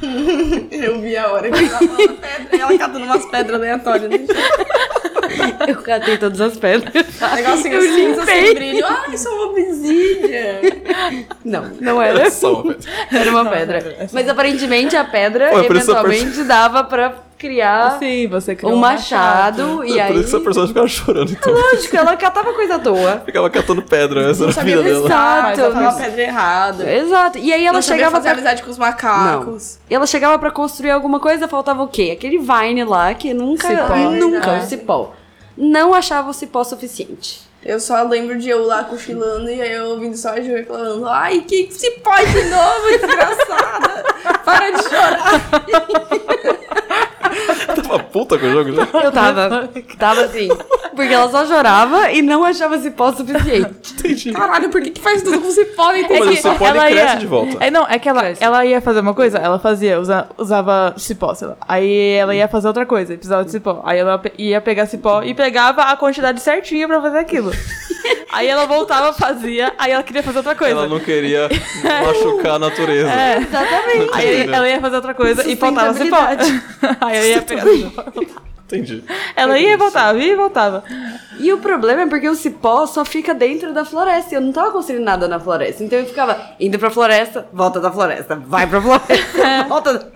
Speaker 2: Eu vi a hora que ela tava na pedra e ela catando umas pedras aleatórias. Né?
Speaker 3: Eu catei todas as pedras.
Speaker 2: Negocinho
Speaker 3: Eu
Speaker 2: cinza
Speaker 3: limpei.
Speaker 2: sem brilho. Ah, isso é uma obsidian.
Speaker 3: Não, não era.
Speaker 1: Olha só, velho.
Speaker 3: Era uma pedra. Mas aparentemente a pedra
Speaker 1: Ué, por isso a
Speaker 3: eventualmente dava pra criar
Speaker 4: Sim, você criou
Speaker 3: um machado. E
Speaker 1: Por
Speaker 3: aí.
Speaker 1: isso que a personagem ficava chorando, então.
Speaker 3: Lógico, ela catava coisa à toa.
Speaker 1: Ficava catando pedra, essa
Speaker 2: Não
Speaker 1: era a
Speaker 2: sabia
Speaker 1: vida dela.
Speaker 2: pescar,
Speaker 3: Exato,
Speaker 2: ela tava
Speaker 3: mas-
Speaker 2: na pedra errada.
Speaker 3: Exato. E aí ela
Speaker 2: Não sabia
Speaker 3: chegava
Speaker 2: fazer
Speaker 3: pra
Speaker 2: amizade com os macacos.
Speaker 3: E ela chegava pra construir alguma coisa, faltava o quê? Aquele vine lá que nunca,
Speaker 4: Cipó.
Speaker 3: nunca,
Speaker 2: Verdade.
Speaker 3: o cipó. Não achava o cipó suficiente.
Speaker 2: Eu só lembro de eu lá cochilando e aí eu ouvindo só a Ju reclamando. Ai, que se pode de novo, desgraçada. Para de chorar.
Speaker 1: Tava puta com o jogo né? já.
Speaker 3: Eu tava, tava assim, porque ela só chorava e não achava cipó suficiente.
Speaker 1: Entendi.
Speaker 2: Caralho, por que, que faz tudo com cipó? Nem
Speaker 1: Mas
Speaker 2: tem
Speaker 1: o
Speaker 2: que...
Speaker 1: cipó ele cresce de volta.
Speaker 4: É, não, é que ela, ela ia fazer uma coisa, ela fazia, usa- usava cipó, sei lá. Aí ela ia fazer outra coisa, e precisava de cipó. Aí ela pe- ia pegar cipó e pegava a quantidade certinha pra fazer aquilo. aí ela voltava, fazia, aí ela queria fazer outra coisa.
Speaker 1: Ela não queria machucar a natureza.
Speaker 3: Exatamente.
Speaker 4: Aí ela ia fazer outra coisa e faltava cipó. aí ela ia pegar cipó.
Speaker 1: Entendi.
Speaker 4: Ela ia e voltava, ia e voltava.
Speaker 3: E o problema é porque o cipó só fica dentro da floresta. e Eu não tava construindo nada na floresta. Então eu ficava indo pra floresta, volta da floresta, vai pra floresta, volta da...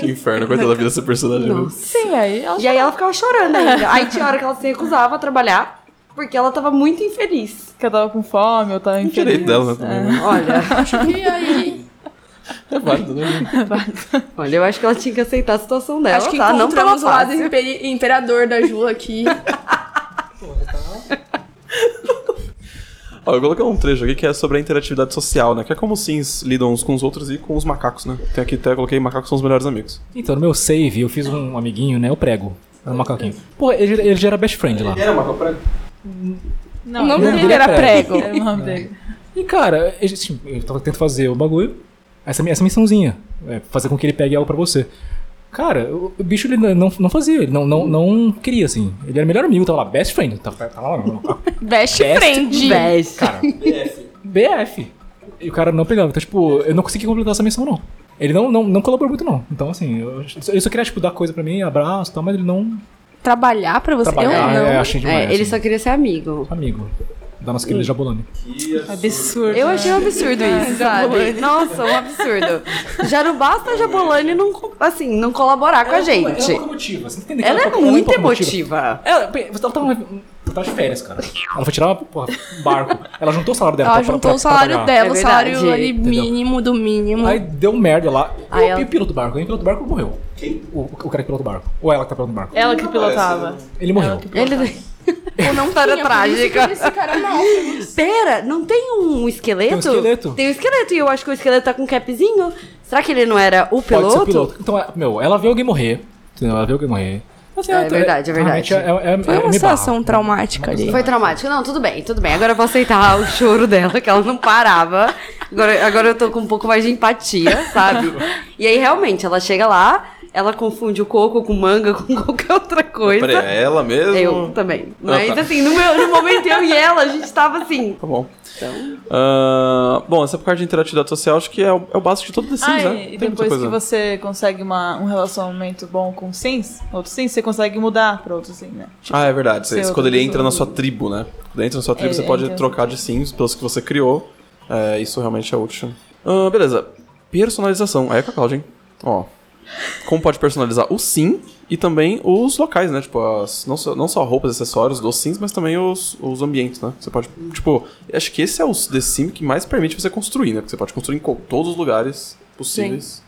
Speaker 1: Que inferno, coitada da vida dessa personagem. viu?
Speaker 4: Sim, aí ela
Speaker 3: E aí ela ficava chorando ainda. Aí tinha hora que ela se recusava a trabalhar, porque ela tava muito infeliz.
Speaker 4: que eu tava com fome, eu tava
Speaker 1: Direito
Speaker 4: infeliz.
Speaker 1: dela né, também, né?
Speaker 3: Olha,
Speaker 2: E aí?
Speaker 5: É válido, né?
Speaker 3: Olha, eu acho que ela tinha que aceitar a situação dela,
Speaker 2: Acho que
Speaker 3: tá? Não tava
Speaker 2: encontramos o lado
Speaker 3: fácil.
Speaker 2: imperi- imperador da Ju aqui.
Speaker 1: Ó, eu coloquei um trecho aqui que é sobre a interatividade social, né? Que é como os sims lidam uns com os outros e com os macacos, né? Tem aqui até, eu coloquei macacos são os melhores amigos.
Speaker 7: Então, no meu save, eu fiz um amiguinho, né? Eu prego. Era um macaquinho. Pô, ele, ele já era best friend lá.
Speaker 1: Era macaco prego?
Speaker 4: Não,
Speaker 2: o
Speaker 4: não,
Speaker 2: nome
Speaker 7: não,
Speaker 2: dele era
Speaker 7: não,
Speaker 2: Prego.
Speaker 4: era o nome dele.
Speaker 7: E, cara, eu, assim, eu tava tentando fazer o bagulho, essa, essa missãozinha, é, fazer com que ele pegue algo pra você. Cara, o, o bicho ele não, não fazia, ele não, não, não queria, assim. Ele era o melhor amigo, tava lá, best friend. Tava, tava lá,
Speaker 2: Best
Speaker 7: Best
Speaker 2: friend.
Speaker 3: Best.
Speaker 7: BF. E o cara não pegava. Então, tipo, eu não consegui completar essa missão, não. Ele não, não, não colaborou muito, não. Então, assim, eu, ele só queria, tipo, dar coisa pra mim, abraço e tal, mas ele não.
Speaker 2: Trabalhar pra você?
Speaker 7: Trabalhar,
Speaker 2: eu não.
Speaker 7: é, achei demais.
Speaker 3: É, ele
Speaker 7: assim.
Speaker 3: só queria ser amigo.
Speaker 7: Amigo. Da nossa querida Jabolani.
Speaker 4: Absurdo.
Speaker 3: Eu achei um absurdo isso, sabe? Nossa, um absurdo. Já não basta a Jabolani não, co- assim, não colaborar com a gente.
Speaker 7: emotiva, é você entende
Speaker 3: Ela é muito emotiva.
Speaker 7: Ela, bem, É, ela tava, ela tava de férias, cara. Ela foi tirar porra, um barco. Ela juntou o salário dela
Speaker 2: Ela
Speaker 7: pra- pra-
Speaker 2: juntou
Speaker 7: pra-
Speaker 2: o salário
Speaker 7: pra pagar.
Speaker 2: dela,
Speaker 3: É
Speaker 2: o salário
Speaker 3: verdade.
Speaker 2: ali mínimo do mínimo.
Speaker 7: Aí deu merda lá. E
Speaker 3: Aí
Speaker 7: o-
Speaker 3: ela-
Speaker 7: E o piloto do barco? Hein? O piloto do barco morreu. Quem? O, o cara que pilota o barco. Ou ela que tá pilotando o barco.
Speaker 4: Ela que pilotava.
Speaker 7: Ele morreu.
Speaker 3: Ele...
Speaker 2: Ou não
Speaker 3: História
Speaker 2: tinha, por isso que
Speaker 3: trágica.
Speaker 2: Esse cara não.
Speaker 3: Pera, não tem um esqueleto?
Speaker 7: Tem um esqueleto.
Speaker 3: Tem um esqueleto e eu acho que o esqueleto tá com um capzinho. Será que ele não era o
Speaker 7: Pode
Speaker 3: piloto?
Speaker 7: ser piloto. Então, é- meu, ela viu alguém morrer. Entendeu? Ela viu alguém morrer. Tá certo,
Speaker 3: verdade, é verdade.
Speaker 7: realmente É, um- é, é,
Speaker 2: Foi
Speaker 7: é,
Speaker 2: uma
Speaker 7: me barra.
Speaker 2: situação traumática ali.
Speaker 3: Foi traumático? Não, tudo bem, tudo bem. Agora eu vou aceitar o choro dela, que ela não parava. Agora, agora eu tô com um pouco mais de empatia, sabe? E aí, realmente, ela chega lá, ela confunde o coco com manga, com qualquer outra coisa.
Speaker 1: Peraí, é ela mesmo?
Speaker 3: Eu também. Mas
Speaker 1: Ah, tá.
Speaker 3: assim, no, meu, no momento eu e ela, a gente tava assim.
Speaker 1: Tá bom. Ah, bom, essa parte de interatividade social acho que é o, é o básico de todo The Sims,
Speaker 4: Ah,
Speaker 1: né?
Speaker 4: e
Speaker 1: Tem muita
Speaker 4: depois que
Speaker 1: coisa.
Speaker 4: você consegue uma- um relacionamento bom com sims, outro sims, você consegue mudar pra outro sim, né?
Speaker 1: Ah, é verdade. Você,
Speaker 4: Seu-
Speaker 1: quando ele entra na sua tribo, né? Quando ele entra na sua tribo,
Speaker 4: É,
Speaker 1: você pode
Speaker 4: entra-
Speaker 1: trocar de sims pelos que você criou. É, isso realmente é útil. Ah, beleza. Personalização. Aí é com a Cláudia, hein? Ó. Como pode personalizar o sim e também os locais, né? Tipo, as, não, só, não só roupas, acessórios dos sims, mas também os, os ambientes, né? Você pode, tipo... Acho que esse é o The Sim que mais permite você construir, né? Porque você pode construir em co- todos os lugares possíveis.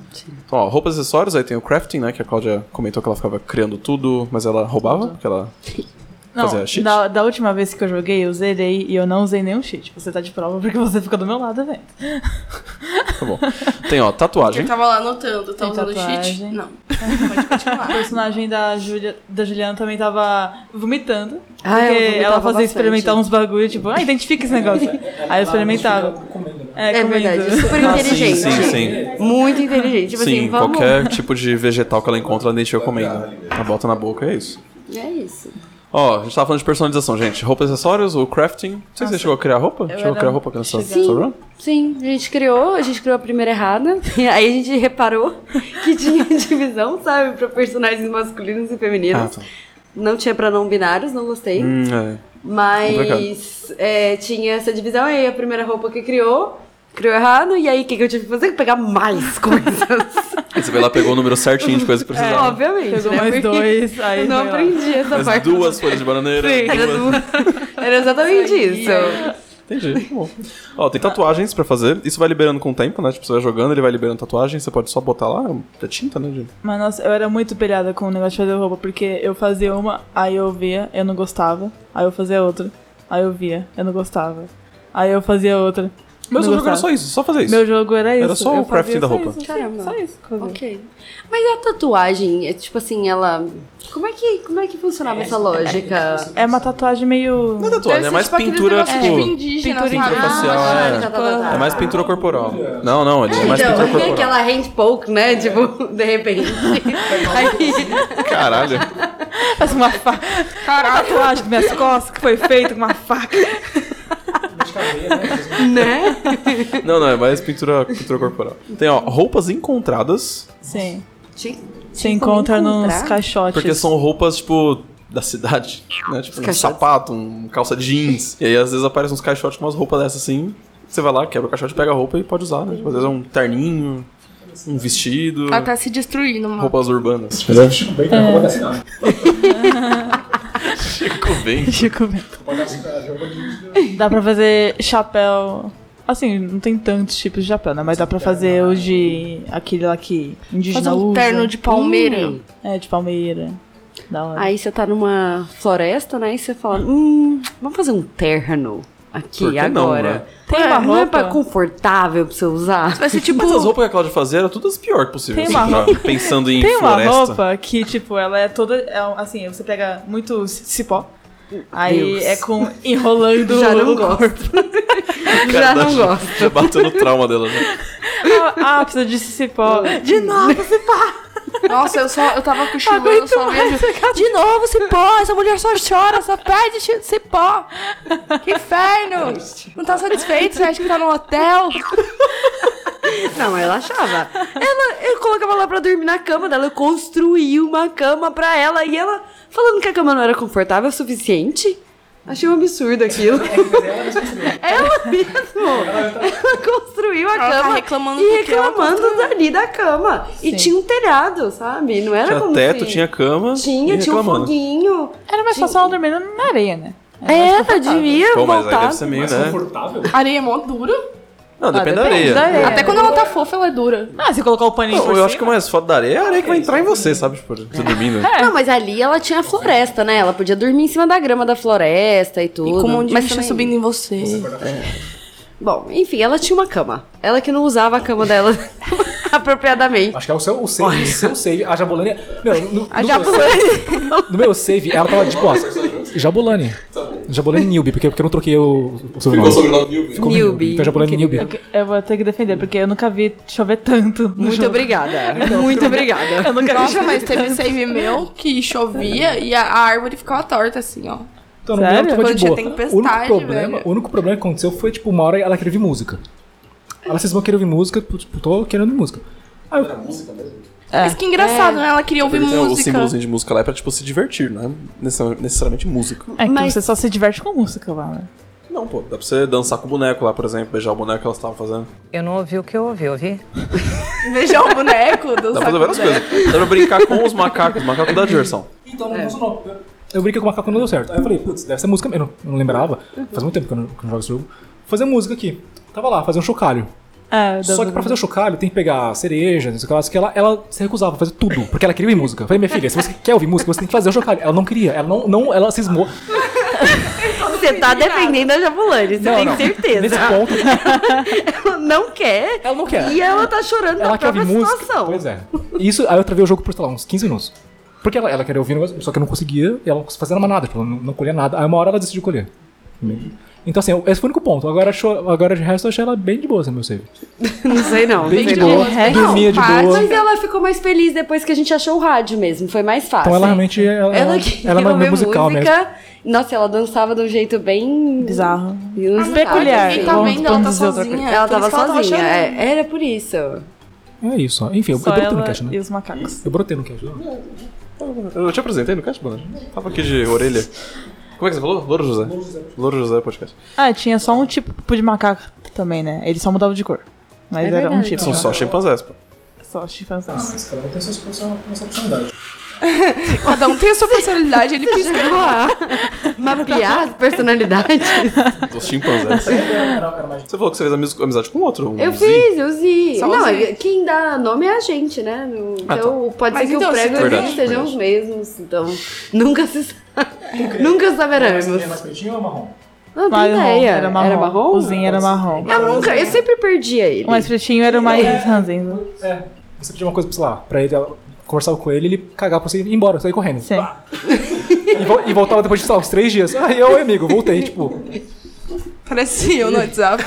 Speaker 1: Então, ó, roupas e acessórios, aí tem o crafting, né? Que a Cláudia comentou que ela ficava criando tudo, mas ela roubava, porque ela
Speaker 4: Não,
Speaker 1: Fazer a cheat?
Speaker 4: da, da última vez que eu joguei, eu zerei e eu não usei nenhum cheat. Você tá de prova porque você fica do meu lado, velho.
Speaker 1: Tá bom. Tem, ó,
Speaker 2: Eu
Speaker 1: tatuagem.
Speaker 2: tava lá anotando, tá
Speaker 4: Tem
Speaker 2: usando cheat?
Speaker 4: tatuagem.
Speaker 2: Não. Pode
Speaker 3: Ah.
Speaker 4: A
Speaker 2: continuar.
Speaker 4: personagem da, Julia, da Juliana também tava vomitando.
Speaker 3: Ah, eu
Speaker 4: porque
Speaker 3: vomitava
Speaker 4: ela fazia
Speaker 3: bastante.
Speaker 4: experimentar uns bagulho, tipo, ah, identifica esse negócio. Aí eu experimentava.
Speaker 3: É
Speaker 4: comendo.
Speaker 3: verdade, super
Speaker 1: Ah,
Speaker 3: inteligente.
Speaker 1: Sim, sim, sim.
Speaker 3: Muito inteligente. Tipo
Speaker 1: sim,
Speaker 3: assim, vamos.
Speaker 1: qualquer tipo de vegetal que ela encontra, ela identifica comendo. Ela bota na boca, é isso.
Speaker 3: É isso.
Speaker 1: Ó, a gente tava falando de personalização, gente. Roupas e acessórios, o crafting. Não sei se você chegou a criar roupa. Chegou a
Speaker 4: era-
Speaker 1: criar roupa aqui nessa
Speaker 3: Sim.
Speaker 1: nessa run?
Speaker 3: Sim, a gente criou, a gente criou a primeira errada. E aí a gente reparou que tinha divisão, sabe? Pra personagens masculinos e femininos.
Speaker 1: Ah, tá.
Speaker 3: Não tinha pra não binários, não gostei.
Speaker 1: Hum, é.
Speaker 3: Mas é, tinha essa divisão, aí a primeira roupa que criou, criou errado, e aí o que, que eu tive que fazer? Pegar mais coisas.
Speaker 1: Esse lá pegou o número certinho de coisas
Speaker 3: É,
Speaker 1: que precisava.
Speaker 3: Obviamente.
Speaker 4: É. Pegou
Speaker 3: né?
Speaker 4: mais
Speaker 3: Porque
Speaker 4: dois, aí
Speaker 3: Eu não
Speaker 4: foi lá.
Speaker 3: aprendi essa
Speaker 1: Mas
Speaker 3: parte.
Speaker 1: duas folhas de bananeira.
Speaker 3: Sim, Era,
Speaker 1: duas-
Speaker 3: duas. Era exatamente isso.
Speaker 1: Entendi. tá Bom. Ó, tem tatuagens pra fazer. Isso vai liberando com o tempo, né? Tipo, você vai jogando, ele vai liberando tatuagem. Você pode só botar lá. É tinta, né, gente?
Speaker 4: Mas nossa, eu era muito pelhada com o negócio de fazer roupa, porque eu fazia uma, aí eu via, eu não gostava. Aí eu fazia outra, aí eu via, eu não gostava. Aí eu fazia outra.
Speaker 1: Meu
Speaker 4: não
Speaker 1: jogo era
Speaker 4: gostava.
Speaker 1: só isso, só fazer isso.
Speaker 4: Meu jogo era isso.
Speaker 1: Era só
Speaker 4: eu
Speaker 1: o crafting
Speaker 4: fazia
Speaker 1: da
Speaker 4: só
Speaker 1: roupa.
Speaker 4: isso,
Speaker 3: Caramba.
Speaker 4: Só isso. que eu fazia.
Speaker 3: Ok. Mas a tatuagem, é tipo assim, ela. Como é que, como é que funcionava essa lógica?
Speaker 4: É uma tatuagem meio.
Speaker 1: Não é
Speaker 7: né?
Speaker 1: tatuagem, é
Speaker 2: Deve ser
Speaker 1: mais
Speaker 2: tipo aqueles
Speaker 1: pintura,
Speaker 2: negócios,
Speaker 1: tipo.
Speaker 2: tipo indígena,
Speaker 4: pintura
Speaker 2: sabe?
Speaker 1: indígena facial,
Speaker 2: Ah,
Speaker 1: é. É mais pintura corporal. Não, não, ele é mais
Speaker 3: Então,
Speaker 1: pintura
Speaker 3: tem
Speaker 1: corporal.
Speaker 3: aquela hand poke, né? Tipo, de repente. Aí,
Speaker 1: Caralho.
Speaker 4: Parece uma faca. Caralho. tatuagem das minhas costas que foi feita com uma faca.
Speaker 3: né?
Speaker 1: Não, não, é mais pintura, pintura corporal. Tem, ó, roupas encontradas,
Speaker 4: Sim.
Speaker 3: Tinha-
Speaker 4: Você encontra
Speaker 3: como
Speaker 4: nos
Speaker 3: encontrar?
Speaker 4: caixotes.
Speaker 1: porque são roupas, tipo, da cidade, né? Tipo, um
Speaker 3: Caixotes.
Speaker 1: sapato, um calça jeans. E aí, às vezes, aparecem uns caixotes com umas roupas dessas assim. Você vai lá, quebra o caixote, pega a roupa e pode usar, né? Tipo, às vezes é um terninho, um vestido,
Speaker 4: Ah,
Speaker 2: Ela tá se destruindo, mano.
Speaker 1: roupas urbanas.
Speaker 7: Chico Bento é roupa da cidade.
Speaker 1: Ficou bem.
Speaker 4: Chico Bento. Dá pra fazer chapéu. Assim, não tem tantos tipos de chapéu, né? Mas dá pra
Speaker 1: é.
Speaker 4: fazer o de. aquele lá que. Indígena
Speaker 2: Fazer um
Speaker 4: usa.
Speaker 2: terno de palmeira.
Speaker 3: Hum.
Speaker 4: É, de palmeira. Da hora.
Speaker 3: Aí você tá numa floresta, né? E você fala, hum, vamos fazer um terno aqui
Speaker 1: Por que não, né?
Speaker 3: agora.
Speaker 4: Tem uma
Speaker 3: Não é
Speaker 4: roupa?
Speaker 3: pra confortável pra você usar.
Speaker 2: Vai ser tipo.
Speaker 1: Mas as roupas que a Cláudia fazia era todas as piores possível. assim,
Speaker 4: Tem uma
Speaker 1: pra-
Speaker 4: roupa-
Speaker 1: Pensando em
Speaker 4: Tem uma
Speaker 1: floresta.
Speaker 4: roupa que, tipo, ela é toda. é um- assim, você pega muito ci- cipó. Aí
Speaker 3: Deus.
Speaker 4: é com. enrolando
Speaker 3: Já não
Speaker 4: o corpo.
Speaker 3: gosto. Já
Speaker 1: Cara,
Speaker 3: não
Speaker 1: já-
Speaker 3: gosto.
Speaker 1: Já bateu no trauma dela, né?
Speaker 4: Ah, ah, precisa de cipó. De novo,
Speaker 2: Nossa, eu só. Eu tava cochilando, eu só vejo. De novo, cipó! Essa mulher só chora, só pede chi- cipó! Que inferno! Não tá satisfeito? Você acha que tá no hotel?
Speaker 3: Não, ela achava. Ela, eu colocava ela pra dormir na cama dela, eu construí uma cama pra ela e ela falando que a cama não era confortável o suficiente. Achei um absurdo aquilo. ela mesmo. Ela construiu a
Speaker 2: Ela tá
Speaker 3: cama
Speaker 2: reclamando
Speaker 3: e
Speaker 2: porque ela
Speaker 3: reclamando dali da cama. E tinha um telhado, sabe? Não era
Speaker 1: Tinha
Speaker 3: como
Speaker 1: teto,
Speaker 3: se...
Speaker 1: tinha cama.
Speaker 3: Tinha,
Speaker 1: e
Speaker 3: tinha um
Speaker 1: reclamando.
Speaker 3: foguinho.
Speaker 4: Era mais fácil ela dormindo na areia, né?
Speaker 3: É, ela devia
Speaker 1: Bom, mas aí
Speaker 3: voltar.
Speaker 1: deve ser meio,
Speaker 7: Mais
Speaker 1: né?
Speaker 7: confortável?
Speaker 2: Areia é mó dura.
Speaker 1: Não, depende da areia.
Speaker 2: Até quando ela tá fofa, ela é dura.
Speaker 4: Ah, você colocar o paninho
Speaker 1: Não,
Speaker 4: por
Speaker 1: eu
Speaker 4: cima?
Speaker 1: acho que o mais foda da areia é a areia que vai entrar em você, sabe? Tipo, você dormindo.
Speaker 3: Não, mas ali ela tinha a floresta, né? Ela podia dormir em cima da grama da floresta e tudo.
Speaker 2: E com um monte de
Speaker 3: Mas
Speaker 2: bicha
Speaker 3: também-
Speaker 2: subindo em você.
Speaker 3: Bom, enfim, ela tinha uma cama. Ela que não usava a cama dela apropriadamente.
Speaker 7: Acho que é o seu o save. seu save. A Jabulani. Meu, no, no
Speaker 3: A
Speaker 7: meu-
Speaker 3: Jabulani.
Speaker 7: No meu save, ela tava tipo, ó. Jabulani. Jabulani Newbie, porque, porque eu não troquei o, o sobrenome. Ficou
Speaker 3: Newbie.
Speaker 7: Então Jabulani Newbie.
Speaker 4: Eu vou ter que defender, porque eu nunca vi chover tanto. no
Speaker 3: Muito
Speaker 4: jogo.
Speaker 3: obrigada.
Speaker 7: Então,
Speaker 3: Muito obrigada.
Speaker 4: Eu nunca vi
Speaker 2: Nossa,
Speaker 4: chover
Speaker 2: mas teve um save meu que chovia e a a árvore ficava torta assim, ó.
Speaker 7: Então, no
Speaker 4: Sério?
Speaker 7: meu tava
Speaker 2: Quando
Speaker 7: de
Speaker 2: tinha
Speaker 7: boa.
Speaker 2: tempestade,
Speaker 7: O único, problema,
Speaker 2: velho.
Speaker 7: o único problema que aconteceu foi, tipo, uma hora ela queria ouvir música. Ela, vocês vão querer ouvir música, tipo, tô querendo ouvir música. Aí eu, É.
Speaker 2: Mas que engraçado, né? Ela queria ouvir
Speaker 1: Ele tem O
Speaker 2: música.
Speaker 1: símbolozinho de música lá é pra, tipo, se divertir, não é necessa- necessariamente música.
Speaker 4: É que
Speaker 3: Mas-
Speaker 4: você só se diverte com música lá, né?
Speaker 1: Não, pô, dá pra você dançar com o boneco lá, por exemplo, beijar o boneco que elas estavam fazendo.
Speaker 9: Eu não ouvi o que eu ouvi, ouvi?
Speaker 2: Beijar o boneco,
Speaker 1: Dá pra
Speaker 2: dançar
Speaker 1: fazer
Speaker 2: com o
Speaker 1: várias coisas. Dá pra brincar com os macacos, os macacos dá diversão.
Speaker 7: então, não
Speaker 3: É.
Speaker 7: funcionou. Eu- Eu brinquei com o macaco e não deu certo. Aí eu falei, putz, deve ser música mesmo. Eu não lembrava. Faz muito tempo que eu não, que eu não jogo esse jogo. Vou fazer música aqui. Tava lá, fazer um chocalho.
Speaker 4: É,
Speaker 7: Só que pra fazer o chocalho tem que pegar cereja, não sei o que lá, não sei o que lá. Ela se recusava a fazer tudo, porque ela queria ouvir música. Eu falei, minha filha, se você quer ouvir música, você tem que fazer o chocalho. Ela não queria, ela não, não ela cismou.
Speaker 3: Você tá defendendo a Jabulani, você tem certeza.
Speaker 7: Nesse ponto,
Speaker 3: Ela não quer.
Speaker 7: ela não quer.
Speaker 3: E ela tá chorando
Speaker 7: ela
Speaker 3: da
Speaker 7: quer ouvir
Speaker 3: própria
Speaker 7: música.
Speaker 3: situação.
Speaker 7: Pois é. Isso, aí eu travei o jogo por, sei lá, uns 15 minutos. Porque ela, ela queria ouvir, o negócio, só que eu não conseguia, e ela não fazia nada, tipo, ela não, não colhia nada. Aí uma hora ela decidiu colher. Então assim, esse foi o único ponto. Agora, cho- agora de resto eu achei ela bem de boa, assim, meu save.
Speaker 3: Não sei não.
Speaker 7: Bem
Speaker 3: não
Speaker 7: de
Speaker 3: sei
Speaker 7: boa,
Speaker 3: não.
Speaker 7: dormia é de
Speaker 2: Não,
Speaker 7: boa.
Speaker 3: Mas ela ficou mais feliz depois que a gente achou o rádio mesmo. Foi mais fácil.
Speaker 7: Então ela realmente, ela, ela,
Speaker 3: queria
Speaker 7: é
Speaker 3: ouvir
Speaker 7: meio musical mesmo.
Speaker 3: Nossa, ela dançava de um jeito bem
Speaker 4: Bizarro.
Speaker 3: inusitado,
Speaker 4: Peculiar.
Speaker 3: assim.
Speaker 2: Ninguém tá
Speaker 4: Vamos-
Speaker 2: vendo, ela tá
Speaker 4: vamos dizer outra
Speaker 2: sozinha.
Speaker 3: Ela
Speaker 2: Por isso
Speaker 3: tava
Speaker 2: que tava
Speaker 3: sozinha.
Speaker 2: chorando.
Speaker 3: é, era por isso.
Speaker 7: É isso. ó. Enfim, eu, eu
Speaker 4: Só
Speaker 7: brotei no
Speaker 4: ela
Speaker 7: cast, né?
Speaker 4: e os macacos.
Speaker 7: Eu brotei no cast. né?
Speaker 1: Eu te apresentei no cast, mano? Tava aqui de orelha. Como é que você falou? Louro José. Louro José podcast.
Speaker 4: Ah, tinha só um tipo de macaco também, né? Ele só mudava de cor. Mas era um tipo.
Speaker 1: São só chimpanzés, pô.
Speaker 4: Só tipo chimpanzés.
Speaker 7: Esse cara um tem suas personalidades.
Speaker 2: Cada um tem a sua personalidade, ele quis.
Speaker 3: Chegou a mapear as personalidades.
Speaker 1: Dos chimpanzés. Você falou que né? você fez amiz- amizade com outro. um
Speaker 3: Eu
Speaker 1: zi.
Speaker 3: fiz, eu usei.
Speaker 2: Só
Speaker 3: Não,
Speaker 2: usei.
Speaker 3: é- quem dá nome é a gente, né? No-
Speaker 1: Ah,
Speaker 3: Então pode
Speaker 2: Mas
Speaker 3: ser que
Speaker 2: então,
Speaker 3: o
Speaker 2: se-
Speaker 3: prego e eu
Speaker 1: Verdade,
Speaker 3: sejam
Speaker 1: verdade.
Speaker 3: os mesmos. Então nunca se sabe. Nunca saberemos.
Speaker 7: é pretinho ou marrom?
Speaker 3: Não
Speaker 4: Mas
Speaker 3: tenho ideia.
Speaker 4: era marrom. O Zinho era marrom.
Speaker 3: Eu nunca, eu sempre perdia ele.
Speaker 4: O mais pretinho era o mais ranzinho.
Speaker 7: É. Você pediu uma coisa pra, sei lá, pra ele, ela conversava com ele, ele cagava pra você e ir embora, sair correndo.
Speaker 4: Sim.
Speaker 7: E, vol- e voltava depois de, sei lá, uns três dias. Aí eu, amigo, voltei, tipo...
Speaker 2: Parece eu no WhatsApp.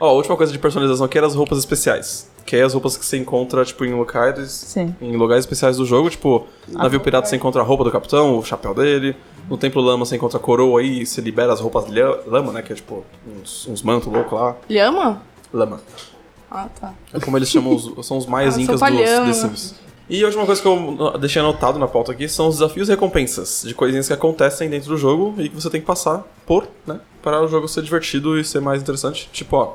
Speaker 1: Ó, a última coisa de personalização aqui era as roupas especiais. Que é as roupas que você encontra, tipo, em locais.
Speaker 4: Sim.
Speaker 1: Em lugares especiais do jogo, tipo, navio pirata você encontra a roupa do capitão, o chapéu dele. No templo lama você encontra a coroa aí, você libera as roupas lha- lama, né? Que é tipo uns, uns mantos loucos lá.
Speaker 2: Ele ama?
Speaker 1: Lama.
Speaker 2: Ah, tá.
Speaker 1: É como eles chamam os, são os mais
Speaker 2: Ah,
Speaker 1: incas
Speaker 2: sou
Speaker 1: dos
Speaker 2: palhama.
Speaker 1: The Sims. E a última coisa que eu ah, deixei anotado na pauta aqui são os desafios e recompensas de coisinhas que acontecem dentro do jogo e que você tem que passar por, né? Para o jogo ser divertido e ser mais interessante. Tipo, ó,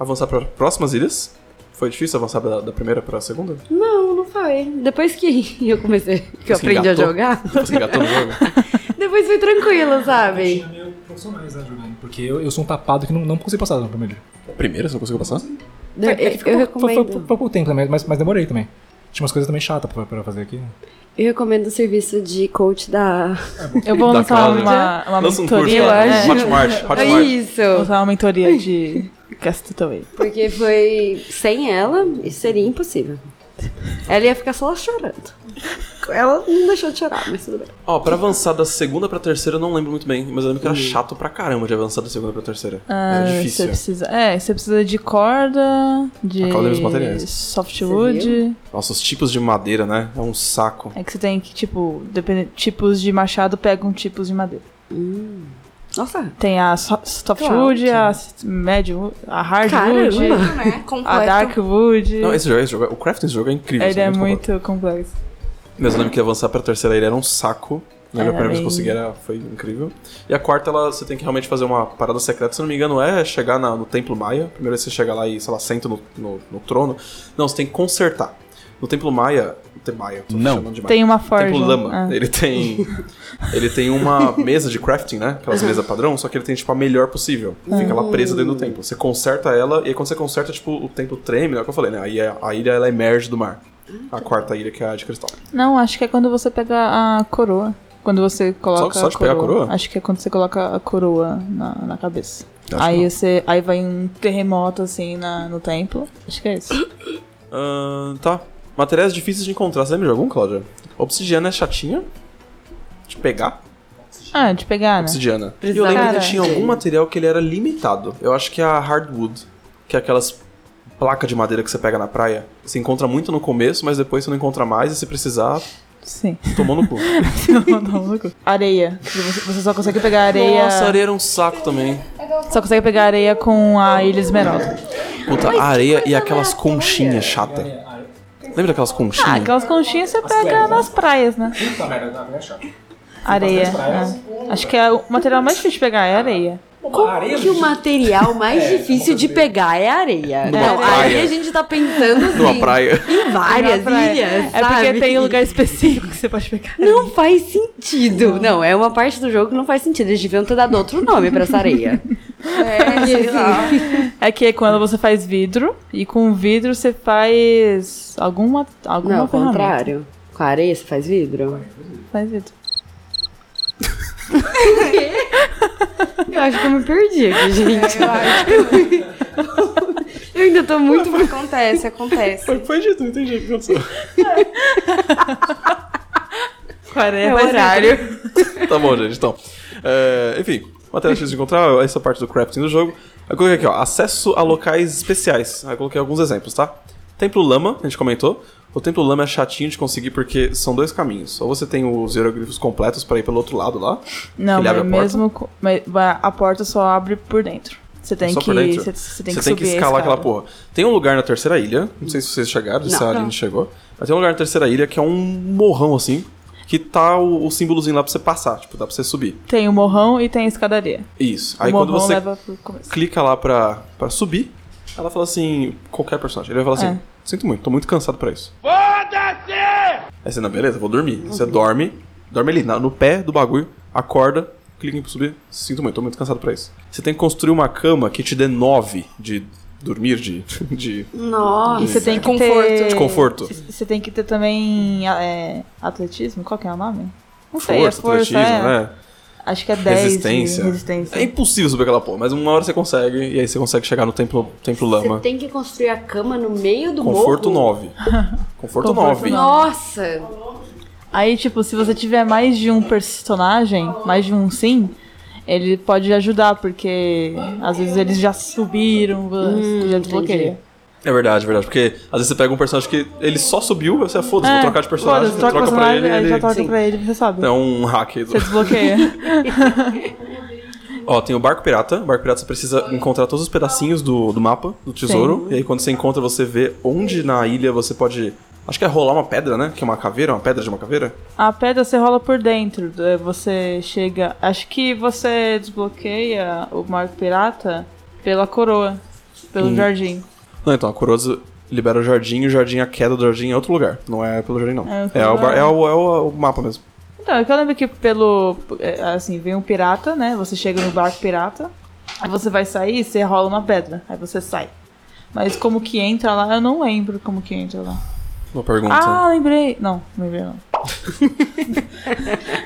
Speaker 1: avançar para próximas ilhas. Foi difícil avançar da, da primeira para a segunda?
Speaker 3: Não, não foi. Depois que eu comecei, que eu
Speaker 1: Você
Speaker 3: aprendi
Speaker 1: engatou?
Speaker 3: a jogar,
Speaker 1: Você engatou no jogo?
Speaker 3: depois foi tranquilo, sabe?
Speaker 7: profissionais, né, jogando. Porque eu, eu sou um tapado que não, não consegui passar no primeiro.
Speaker 1: Primeiro, você não conseguiu passar?
Speaker 3: Eu,
Speaker 2: É
Speaker 3: eu, eu
Speaker 7: Foi, foi, foi
Speaker 3: recomendo.
Speaker 7: pouco tempo também, mas, mas demorei também. Tinha umas coisas também chatas pra, pra fazer aqui.
Speaker 3: Eu recomendo o serviço de coach da.
Speaker 4: Eu vou
Speaker 1: Da
Speaker 4: lançar
Speaker 1: Cláudia.
Speaker 4: uma, uma
Speaker 1: Lança um curso.
Speaker 4: mentoria.
Speaker 3: acho.
Speaker 1: Hotmart, Hotmart.
Speaker 3: É isso.
Speaker 4: Vou lançar uma mentoria de Castaway.
Speaker 3: Porque foi sem ela, isso seria impossível. Ela ia ficar só lá chorando. Ela não deixou de chorar, mas tudo bem.
Speaker 1: Ó, pra avançar da segunda pra terceira eu não lembro muito bem, mas eu lembro que era chato pra caramba de avançar da segunda pra terceira.
Speaker 4: Ah,
Speaker 1: era
Speaker 4: Você
Speaker 1: difícil.
Speaker 4: precisa, é, você precisa de corda, de
Speaker 1: A corda e os materiais.
Speaker 4: softwood.
Speaker 1: Nossa, os tipos de madeira, né? É um saco.
Speaker 4: É que você tem que, tipo, depende, tipos de machado pegam tipos de madeira.
Speaker 3: Nossa,
Speaker 4: Tem a so- softwood, a s- medium, a hardwood,
Speaker 3: Caramba.
Speaker 2: né?
Speaker 4: a
Speaker 2: Completo.
Speaker 4: darkwood.
Speaker 1: Não, esse jogo, esse jogo, o crafting desse jogo é incrível.
Speaker 4: Ele
Speaker 1: assim,
Speaker 4: é
Speaker 1: completo.
Speaker 4: muito complexo.
Speaker 1: Mas eu lembro que avançar pra terceira ilha era um saco. Né?
Speaker 4: Era
Speaker 1: a primeira vez que eu
Speaker 4: bem-
Speaker 1: consegui era, foi incrível. E a quarta, ela, você tem que realmente fazer uma parada secreta. Se eu não me engano, é chegar na- no Templo Maia. Primeiro vez que você chega lá e, sei lá, senta no, no- no trono. Não, você tem que consertar. No Templo Maia... no Templo Maia, eu tô
Speaker 5: Não.
Speaker 1: chamando de Maia.
Speaker 4: Tem uma forja.
Speaker 1: Templo Lama.
Speaker 4: Ah.
Speaker 1: Ele tem. Ele tem uma mesa de crafting, né? Aquelas mesas padrão, só que ele tem, tipo, a melhor possível. Fica lá presa dentro do templo. Você conserta ela, e aí quando você conserta, tipo, o templo treme, né? É o que eu falei, né? Aí a, a ilha ela emerge do mar. A quarta ilha, que é a de cristal.
Speaker 4: Não, acho que é quando você pega a coroa. Quando você coloca
Speaker 1: só de
Speaker 4: a,
Speaker 1: pegar
Speaker 4: coroa.
Speaker 1: a coroa?
Speaker 4: Acho que é quando você coloca a coroa na, na cabeça.
Speaker 1: Acho que
Speaker 4: Aí
Speaker 1: não.
Speaker 4: você. Aí vai um terremoto assim na- no templo. Acho que é isso.
Speaker 1: Ahn, tá. Materiais difíceis de encontrar. Você lembra de algum, Cláudia? Obsidiana é chatinha. De pegar.
Speaker 4: Ah, de pegar, né?
Speaker 1: Obsidiana. E eu lembro
Speaker 4: Cara.
Speaker 1: que tinha algum material que ele era limitado. Eu acho que é a hardwood, que é aquelas placas de madeira que você pega na praia. Você encontra muito no começo, mas depois você não encontra mais e se precisar,
Speaker 4: Sim.
Speaker 1: tomou no cu.
Speaker 4: areia. Você você só consegue pegar areia.
Speaker 1: Nossa, areia era um saco também.
Speaker 4: Só consegue pegar areia com a Ilha Esmeralda.
Speaker 1: Puta, areia e aquelas conchinhas chata. Lembra daquelas
Speaker 4: Ah,
Speaker 1: conchinhas?
Speaker 4: aquelas conchinhas você pega nas praias, né?
Speaker 7: Tá, é
Speaker 4: Areia. né? Acho que é o material mais difícil de pegar é areia.
Speaker 3: como que o material mais difícil de pegar é a areia?
Speaker 1: É, Numa
Speaker 3: não,
Speaker 1: praia.
Speaker 3: aí a gente tá pensando assim,
Speaker 1: Numa praia.
Speaker 3: em várias
Speaker 4: Na praia.
Speaker 3: ilhas,
Speaker 4: É
Speaker 3: sabe?
Speaker 4: porque tem um lugar específico que você pode pegar.
Speaker 3: Não faz sentido. Não, é uma parte do jogo que não faz sentido. Eles deviam ter dado outro nome pra essa areia.
Speaker 2: É, sei lá.
Speaker 4: É que é quando você faz vidro, e com vidro você faz alguma, alguma
Speaker 3: Não, ao
Speaker 4: ferramenta.
Speaker 3: contrário. Com a areia você faz vidro?
Speaker 4: Faz vidro.
Speaker 3: Eu acho que eu me perdi
Speaker 10: É,
Speaker 3: aqui, gente.
Speaker 2: Eu acho
Speaker 3: Eu ainda tô muito
Speaker 2: que acontece, acontece.
Speaker 1: Foi, foi dito, não entendi o que aconteceu.
Speaker 4: Com areia
Speaker 3: É o
Speaker 4: faz vidro.
Speaker 3: horário.
Speaker 1: Tá bom, gente, então. É, enfim, matéria difícil de encontrar, essa parte do crafting do jogo. Aí eu coloquei aqui, ó, acesso a locais especiais. Aí eu coloquei alguns exemplos, tá? Templo Lama, a gente comentou. O Templo Lama é chatinho de conseguir porque são dois caminhos. Ou você tem os hieroglifos completos pra ir pelo outro lado lá.
Speaker 4: Não,
Speaker 1: Ele
Speaker 4: mas
Speaker 1: abre a porta?
Speaker 4: mesmo co- mas vai- a porta só abre por dentro. Você tem
Speaker 1: Só
Speaker 4: que
Speaker 1: por dentro?
Speaker 4: você, você tem
Speaker 1: você
Speaker 4: que
Speaker 1: tem
Speaker 4: subir
Speaker 1: que
Speaker 4: a
Speaker 1: escalar
Speaker 4: escada.
Speaker 1: aquela porra. Tem um lugar na terceira ilha, não sei se vocês chegaram, se
Speaker 3: Não.
Speaker 1: a Aline chegou, mas tem um lugar na terceira ilha que é um morrão assim, que tá o, o símbolozinho lá pra você passar, tipo, dá pra você subir.
Speaker 4: Tem o morrão e tem a escadaria.
Speaker 1: Isso.
Speaker 4: O
Speaker 1: Aí quando
Speaker 4: morrão
Speaker 1: você
Speaker 4: leva pro começo.
Speaker 1: clica lá pra, pra subir, ela fala assim, qualquer personagem, ele vai falar assim,
Speaker 4: É.
Speaker 1: sinto muito, tô muito cansado pra isso. Foda-se! Aí você, não, beleza, vou dormir. Você dorme, dorme ali, na- no pé do bagulho, acorda, clica em subir, sinto muito, tô muito cansado pra isso. Você tem que construir uma cama que te dê 9 de dormir, de, de,
Speaker 3: Nossa.
Speaker 1: Um
Speaker 4: E você tem que
Speaker 2: Conforto.
Speaker 4: ter...
Speaker 1: de conforto.
Speaker 4: c- Você tem que ter também é, atletismo? Qual que é o nome? Não sei, é
Speaker 1: Força,
Speaker 4: força,
Speaker 1: atletismo,
Speaker 4: é.
Speaker 1: né?
Speaker 4: Acho que é 10 de
Speaker 1: Resistência.
Speaker 4: resistência.
Speaker 1: É impossível subir aquela porra, mas uma hora você consegue, e aí você consegue chegar no templo, templo lama.
Speaker 3: Você tem que construir a cama no meio do
Speaker 1: Conforto
Speaker 3: morro?
Speaker 1: 9. Conforto
Speaker 4: um
Speaker 1: 9.
Speaker 4: Conforto
Speaker 3: Nossa.
Speaker 4: Aí, tipo, se você tiver mais de um personagem, mais de um sim, ele pode ajudar, porque às vezes eles já subiram, você já desbloqueia.
Speaker 1: É verdade, é verdade. Porque às vezes você pega um personagem que ele só subiu, aí você é foda-se, vou trocar de personagem,
Speaker 4: foda-se,
Speaker 1: você troca, pra
Speaker 4: personagem,
Speaker 1: ele,
Speaker 4: aí
Speaker 1: ele...
Speaker 4: já troca
Speaker 1: Sim.
Speaker 4: pra ele, você sabe.
Speaker 1: É um hack aí do...
Speaker 4: Você desbloqueia.
Speaker 1: Ó, tem o Barco Pirata. O Barco Pirata você precisa encontrar todos os pedacinhos do, do mapa, do tesouro. E aí quando você encontra, você vê onde na ilha você pode... Acho que é rolar uma pedra, né? Que é uma caveira, uma pedra de uma caveira.
Speaker 4: A pedra você rola por dentro, é, você chega. Acho que você desbloqueia o Marco Pirata pela coroa, pelo jardim.
Speaker 1: Não, então, a Corozo libera o jardim e o jardim, a queda do jardim é outro lugar. Não é pelo jardim, não.
Speaker 4: É outro
Speaker 1: É, o,
Speaker 4: lugar.
Speaker 1: bar- é, o, é o- o mapa mesmo.
Speaker 4: Então, é que eu lembro que pelo. é, Assim, vem um pirata, né? Você chega no barco pirata, aí você vai sair e você rola uma pedra, aí você sai. Mas como que entra lá, eu não lembro como que entra lá.
Speaker 1: Uma pergunta.
Speaker 4: Ah, lembrei. Não, não lembrei não.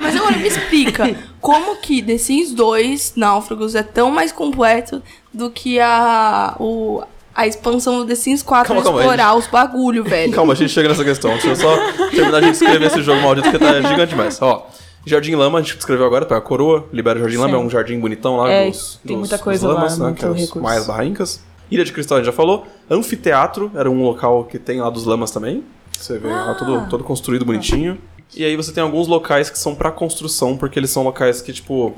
Speaker 2: Mas agora me explica, como que The Sims 2 Náufragos é tão mais completo do que a, o, a expansão do The Sims 4
Speaker 1: Calma,
Speaker 2: pra
Speaker 1: calma,
Speaker 2: explorar os bagulho, velho?
Speaker 1: Calma, a gente chega nessa questão. Deixa eu só terminar de descrever esse jogo maldito que tá gigante demais. Ó, Jardim Lama, a gente descreveu agora, tá? A coroa, libera o Jardim Lama, é um jardim bonitão lá
Speaker 4: É,
Speaker 1: dos,
Speaker 4: tem
Speaker 1: dos-
Speaker 4: muita
Speaker 1: dos
Speaker 4: coisa lá,
Speaker 1: lamas, né?
Speaker 4: muito
Speaker 1: Que é os
Speaker 4: recurso.
Speaker 1: mais barrancas. Ilha de Cristal, a gente já falou. Anfiteatro, era um local que tem lá dos lamas também. Você vê lá
Speaker 4: Ah.
Speaker 1: todo, todo construído bonitinho. E aí você tem alguns locais que são pra construção, porque eles são locais que, tipo.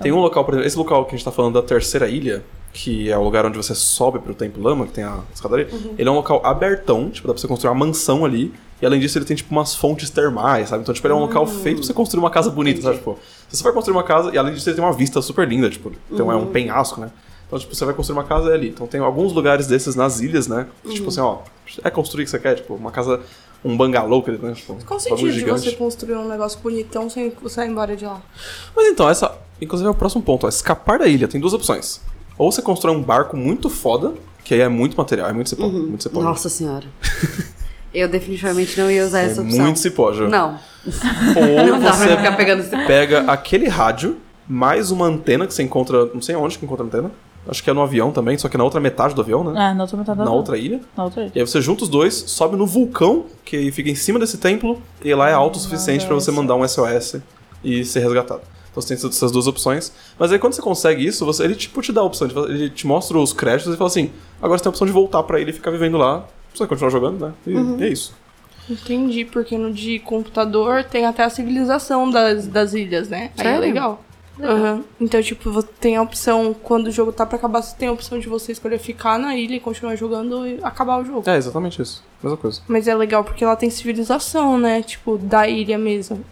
Speaker 1: Tem um local, por exemplo, esse local que a gente tá falando da terceira ilha, que é o lugar onde você sobe pro Templo Lama, que tem a escadaria,
Speaker 2: Uhum.
Speaker 1: ele é um local abertão, tipo, dá pra você construir uma mansão ali. E além disso, ele tem, tipo, umas fontes termais, sabe? Então, tipo, ele é um
Speaker 2: Hum.
Speaker 1: local feito pra você construir uma casa bonita, sabe? Tipo, se você vai construir uma casa, e além disso, ele tem uma vista super linda, tipo, então
Speaker 2: Uhum.
Speaker 1: é um penhasco, né? Então, tipo, você vai construir uma casa é ali. Então tem alguns lugares desses nas ilhas, né? Que,
Speaker 2: Uhum.
Speaker 1: Tipo assim, ó, é construir o que você quer, tipo, uma casa, um bangalô, que ele tem, tipo,
Speaker 2: Qual o
Speaker 1: um bagulho
Speaker 2: sentido de você construir um negócio bonitão sem sair embora de lá?
Speaker 1: mas então, essa. Inclusive é o próximo ponto, ó. Escapar da ilha. Tem duas opções. Ou você constrói um barco muito foda, que aí é muito material, é muito cipó. Muito cipó.
Speaker 10: Uhum. Nossa senhora. Eu definitivamente não ia usar
Speaker 1: é
Speaker 10: essa opção.
Speaker 1: muito cipó, Ju.
Speaker 10: Não.
Speaker 1: Ou
Speaker 10: Não dá pra
Speaker 1: você
Speaker 10: ficar pegando esse.
Speaker 1: pega aquele rádio, mais uma antena que você encontra. Não sei onde que encontra a antena. Acho que é no avião também, só que na outra metade do avião, né?
Speaker 4: Ah, na outra metade da
Speaker 1: Na
Speaker 4: rua.
Speaker 1: outra ilha.
Speaker 4: Na outra aí.
Speaker 1: E aí você junta os dois, sobe no vulcão, que fica em cima desse templo, e lá é alto o suficiente pra você mandar um SOS e ser resgatado. Então você tem essas- essas duas opções. Mas aí quando você consegue isso, você- ele tipo te dá a opção, de- ele te mostra os créditos e fala assim: agora você tem a opção de voltar pra ele e ficar vivendo lá. Você continuar jogando, né? E e é isso.
Speaker 2: Entendi, porque no de computador tem até a civilização das, das ilhas, né? Aí é
Speaker 10: Sério?
Speaker 2: legal. Aham. Então, tipo, você tem a opção, quando o jogo tá pra acabar, você tem a opção de você escolher ficar na ilha e continuar jogando e acabar o jogo.
Speaker 1: É, exatamente isso. Mesma coisa.
Speaker 2: Mas é legal porque ela tem civilização, né? Tipo, da ilha mesmo.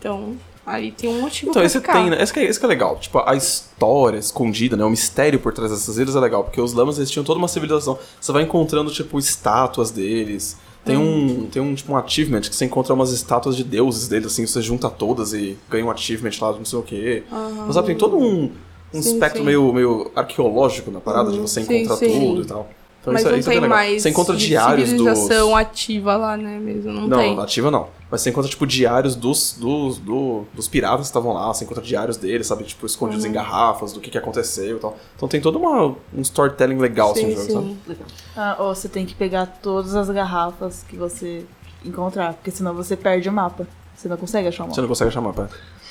Speaker 2: Então, aí tem um motivo
Speaker 1: Então,
Speaker 2: pra
Speaker 1: esse
Speaker 2: ficar.
Speaker 1: tem, né? Esse que, é, esse que é legal. Tipo, a história escondida, né? O mistério por trás dessas ilhas é legal, porque os lamas eles tinham toda uma civilização. Você vai encontrando, tipo, estátuas deles. Tem um, tem um, tipo, um achievement que você encontra umas estátuas de deuses deles, assim, você junta todas e ganha um achievement lá, não sei o quê. Mas sabe, tem todo um, um
Speaker 2: Sim,
Speaker 1: espectro
Speaker 2: sim. Uhum.
Speaker 1: Meio, meio arqueológico na parada, de você
Speaker 2: Sim,
Speaker 1: encontrar
Speaker 2: sim.
Speaker 1: tudo e tal. Então
Speaker 2: Mas
Speaker 1: isso, é-
Speaker 2: não
Speaker 1: isso é
Speaker 2: tem
Speaker 1: bem legal.
Speaker 2: mais
Speaker 1: Você encontra
Speaker 2: ci-
Speaker 1: diários dos...
Speaker 2: civilização ativa lá, né? Mesmo, não,
Speaker 1: Não,
Speaker 2: tem.
Speaker 1: ativa não. Mas você encontra, tipo, diários dos, dos, do- dos piratas que estavam lá, você encontra diários deles, sabe? Tipo, escondidos
Speaker 2: Uhum.
Speaker 1: em garrafas, do que, que aconteceu e tal. Então tem todo uma, um storytelling legal, assim, no
Speaker 2: Sim,
Speaker 1: jogo,
Speaker 2: sim.
Speaker 1: sabe?
Speaker 4: Ah, ou você tem que pegar todas as garrafas que você encontrar, porque senão você perde o mapa. Você não consegue achar o
Speaker 1: Você
Speaker 4: mapa.
Speaker 1: não consegue chamar, pera.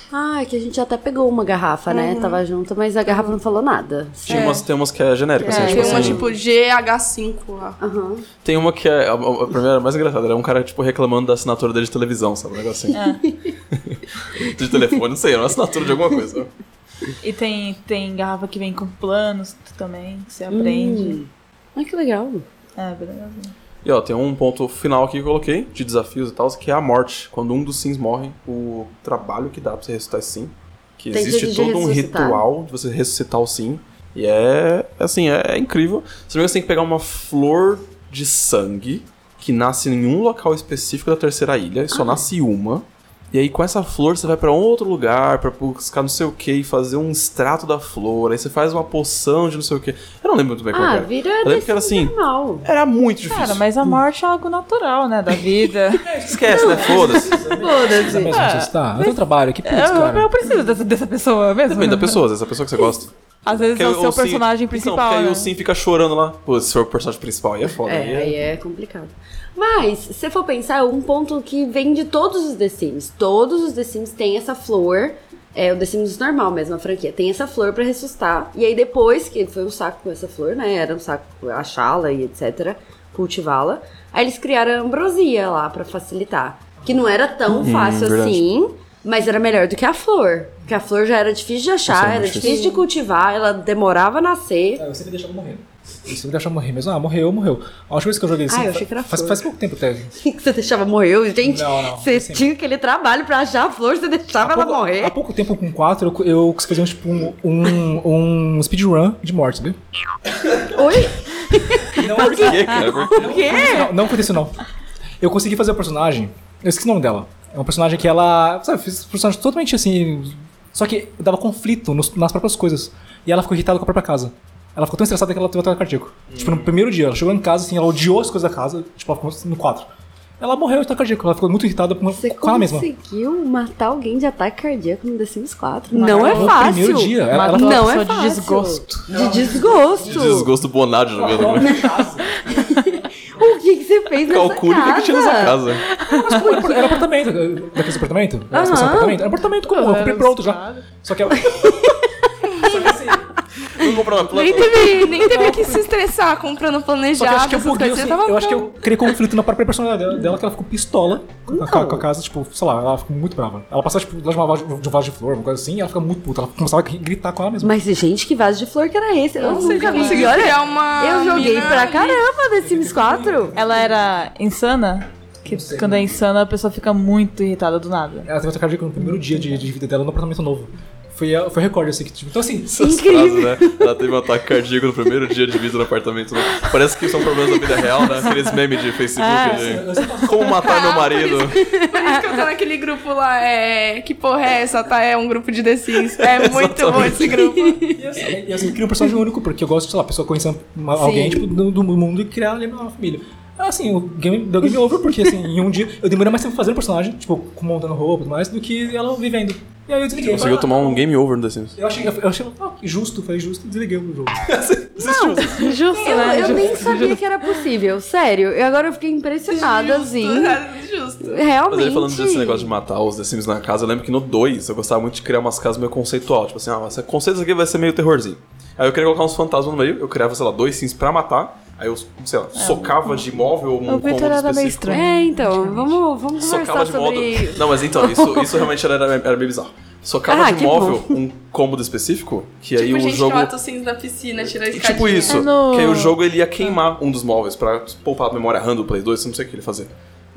Speaker 10: Ah, é que a gente até pegou uma garrafa, né?
Speaker 3: Uhum.
Speaker 10: Tava junto, mas a garrafa não falou nada.
Speaker 1: Tinha umas, tem umas que é genérica, assim,
Speaker 2: É,
Speaker 1: tipo,
Speaker 2: tem uma
Speaker 1: assim,
Speaker 2: tipo GH5 lá.
Speaker 10: Aham.
Speaker 1: Tem uma que é. A, a- a primeira mais engraçada era um cara, tipo, reclamando da assinatura dele de televisão, sabe? Um negócio assim.
Speaker 2: É.
Speaker 1: de telefone, não sei, era uma assinatura de alguma coisa.
Speaker 4: E tem, tem garrafa que vem com planos também, que você aprende.
Speaker 1: Hum.
Speaker 10: Ai, que legal.
Speaker 4: É, bem legalzinho.
Speaker 1: E ó, tem um ponto final aqui que eu coloquei, de desafios e tal, que é a morte. Quando um dos sims morre, o trabalho que dá pra você ressuscitar esse sim. Que
Speaker 10: Tem
Speaker 1: existe
Speaker 10: jeito de
Speaker 1: todo um
Speaker 10: ressuscitar.
Speaker 1: ritual de você ressuscitar o sim. E é, assim, é, é incrível. Se não me engano, você tem que pegar uma flor de sangue que nasce em um local específico da terceira ilha,
Speaker 10: Ah.
Speaker 1: e só nasce uma. E aí com essa flor você vai pra um outro lugar pra buscar não sei o que e fazer um extrato da flor. Aí você faz uma poção de não sei o que. Eu não lembro muito bem como
Speaker 10: Ah,
Speaker 1: era.
Speaker 10: vira
Speaker 1: Eu lembro que era assim,
Speaker 10: normal.
Speaker 1: era muito difícil.
Speaker 4: Cara, mas a morte é algo natural, né? Da vida.
Speaker 1: Esquece, né? Foda-se.
Speaker 7: Você mesmo
Speaker 10: Ah,
Speaker 7: onde você está? Eu tenho trabalho, que putz,
Speaker 10: é
Speaker 4: eu, eu
Speaker 7: cara.
Speaker 4: preciso dessa, dessa pessoa mesmo.
Speaker 1: Depende da pessoa, às vezes é a pessoa que você gosta.
Speaker 4: Às vezes é o seu personagem
Speaker 1: Não,
Speaker 4: principal.
Speaker 1: Então, porque aí
Speaker 4: né?
Speaker 1: o Sim fica chorando lá. Pô, se for o personagem principal, aí é foda.
Speaker 10: É, aí é complicado. Mas, se você for pensar, é um ponto que vem de todos os The Sims. Todos os The Sims têm essa flor. É o The Sims normal mesmo, a franquia. Tem essa flor pra ressuscitar. E aí, depois que foi um saco com essa flor, né? Era um saco achá-la e etc. Cultivá-la. Aí eles criaram a ambrosia lá pra facilitar. Que não era tão fácil
Speaker 1: Uhum, verdade.
Speaker 10: assim, mas era melhor do que a flor. Porque a flor já era difícil de achar,
Speaker 1: Nossa, é
Speaker 10: era
Speaker 1: muito
Speaker 10: difícil de cultivar, ela demorava a nascer.
Speaker 7: Ah, Eu sempre deixava morrer. Eu sempre deixava morrer mesmo. Ah, morreu, morreu. A última vez que eu joguei assim.
Speaker 10: Ah, eu achei que era
Speaker 7: faz,
Speaker 10: flor.
Speaker 7: faz pouco tempo até.
Speaker 10: que você deixava morrer? Eu, Gente,
Speaker 7: Não, não,
Speaker 10: você
Speaker 1: assim,
Speaker 7: sim.
Speaker 10: tinha aquele trabalho pra achar a flor, você deixava ela
Speaker 7: Pouco- Há
Speaker 10: morrer.
Speaker 7: pouco tempo, com 4, eu, eu consegui fazer um, tipo, um, um, um speedrun de morte, sabe?
Speaker 10: Oi?
Speaker 1: Por quê, cara? Por quê?
Speaker 7: Não, não aconteceu, não. Eu consegui fazer a personagem. Eu esqueci o nome dela. É uma personagem que ela. Sabe, fez um personagem totalmente assim. Só que dava conflito nos- nas próprias coisas. E ela ficou irritada com a própria casa. Ela ficou tão estressada que ela teve um ataque cardíaco. Tipo, no primeiro dia, ela chegou em casa, assim, ela odiou as coisas da casa. Tipo, ela ficou no quadro. Ela morreu de ataque cardíaco. Ela ficou muito irritada com, com ela mesma.
Speaker 3: Conseguiu matar alguém de ataque cardíaco no The Sims 4?
Speaker 7: Não é No fácil. primeiro dia, ela- ela tava
Speaker 3: não
Speaker 7: só
Speaker 3: é
Speaker 7: de
Speaker 3: fácil.
Speaker 7: desgosto.
Speaker 3: De desgosto.
Speaker 1: De né? desgosto Bonardi jogando.
Speaker 4: né,
Speaker 3: O que, que você fez nessa
Speaker 1: Calcule o que
Speaker 3: casa?
Speaker 1: que tinha nessa casa.
Speaker 7: Mas pô, era apartamento. Daquele apartamento? Era
Speaker 3: Aham.
Speaker 7: uhum. apartamento? Era apartamento comum, eu comprei pronto já. Só que ela.
Speaker 1: Vamos comprar uma planta.
Speaker 2: Nem teve, nem teve que se estressar comprando planejado.
Speaker 7: Só que eu acho que eu
Speaker 2: essas
Speaker 7: buguei,
Speaker 2: coisas,
Speaker 7: assim,
Speaker 2: tava
Speaker 7: eu acho que
Speaker 2: pronto.
Speaker 7: eu criei conflito na própria personalidade dela, dela, que ela ficou pistola com a, com a casa, tipo, sei lá, ela ficou muito brava. Ela passava, tipo, lá de, uma vaso, de um vaso de flor, uma coisa assim, e ela ficava muito puta, ela começava a gritar com ela mesma.
Speaker 3: Mas, gente, que vaso de flor que era esse? Eu
Speaker 2: Nossa,
Speaker 3: nunca
Speaker 2: já
Speaker 3: vi.
Speaker 2: consegui
Speaker 3: Olha,
Speaker 2: criar uma
Speaker 3: Eu joguei
Speaker 2: mina
Speaker 3: pra
Speaker 2: ali.
Speaker 4: Ah,
Speaker 3: caramba The Sims 4.
Speaker 4: Ela era insana? Que quando
Speaker 1: né?
Speaker 4: é insana, a pessoa fica muito irritada do nada.
Speaker 7: Ela teve um ataque cardíaco no primeiro dia de, de vida dela no apartamento novo. Foi, a- foi recorde, assim, que, tipo, então assim,
Speaker 1: Essas frases, né? Ela teve um ataque cardíaco no primeiro dia de vida no apartamento. né? Parece que são problemas da vida real, né? Aqueles memes de Facebook
Speaker 4: É.
Speaker 7: assim,
Speaker 1: de como matar meu marido.
Speaker 2: Por isso que eu tô naquele grupo lá, é. Que porra é essa, tá? É um grupo de The Sims. É muito bom esse grupo.
Speaker 7: E assim, eu crio um personagem único, porque eu gosto, sei lá, a pessoa conhecendo uma- alguém, tipo, do, do mundo e criar ali uma família. Assim, o game, deu game over, porque assim, em um dia eu demorei mais tempo fazendo personagem, tipo, montando roupa e tudo mais, do que ela vivendo. E aí eu desliguei.
Speaker 1: Conseguiu tomar um game over no The Sims.
Speaker 7: Eu achei, eu achei ah, justo, falei justo, desliguei o jogo.
Speaker 3: Eu,
Speaker 4: Justo, né?
Speaker 3: eu
Speaker 4: Justo.
Speaker 3: nem sabia que era possível, sério. E agora eu fiquei impressionada, assim.
Speaker 2: Justo, é justo.
Speaker 1: Mas
Speaker 3: Realmente.
Speaker 1: ele falando desse negócio de matar os The Sims na casa, eu lembro que no 2 eu gostava muito de criar umas casas meio conceitual. Tipo assim, ah, esse conceito aqui vai ser meio terrorzinho. Aí eu queria colocar uns fantasmas no meio, eu criava, sei lá, dois Sims pra matar. Aí eu, sei lá, socava de imóvel um
Speaker 4: O
Speaker 1: cômodo
Speaker 4: Victor era meio
Speaker 1: específico.
Speaker 4: estranho.
Speaker 3: É, então, vamos, vamos
Speaker 1: Socava de
Speaker 3: conversar
Speaker 1: modo.
Speaker 3: sobre.
Speaker 1: Não, mas então, isso, isso realmente era, era meio bizarro. Socava
Speaker 3: Ah,
Speaker 1: de
Speaker 3: que
Speaker 1: móvel um cômodo específico, que aí
Speaker 2: tipo,
Speaker 1: o
Speaker 2: gente
Speaker 1: jogo.
Speaker 2: que mata os Sims na piscina, tira a
Speaker 1: E
Speaker 2: escadinha.
Speaker 1: tipo isso,
Speaker 4: É no-
Speaker 1: que aí o jogo ele ia queimar um dos móveis pra poupar a memória RAM do Play 2, não sei o que ele fazia.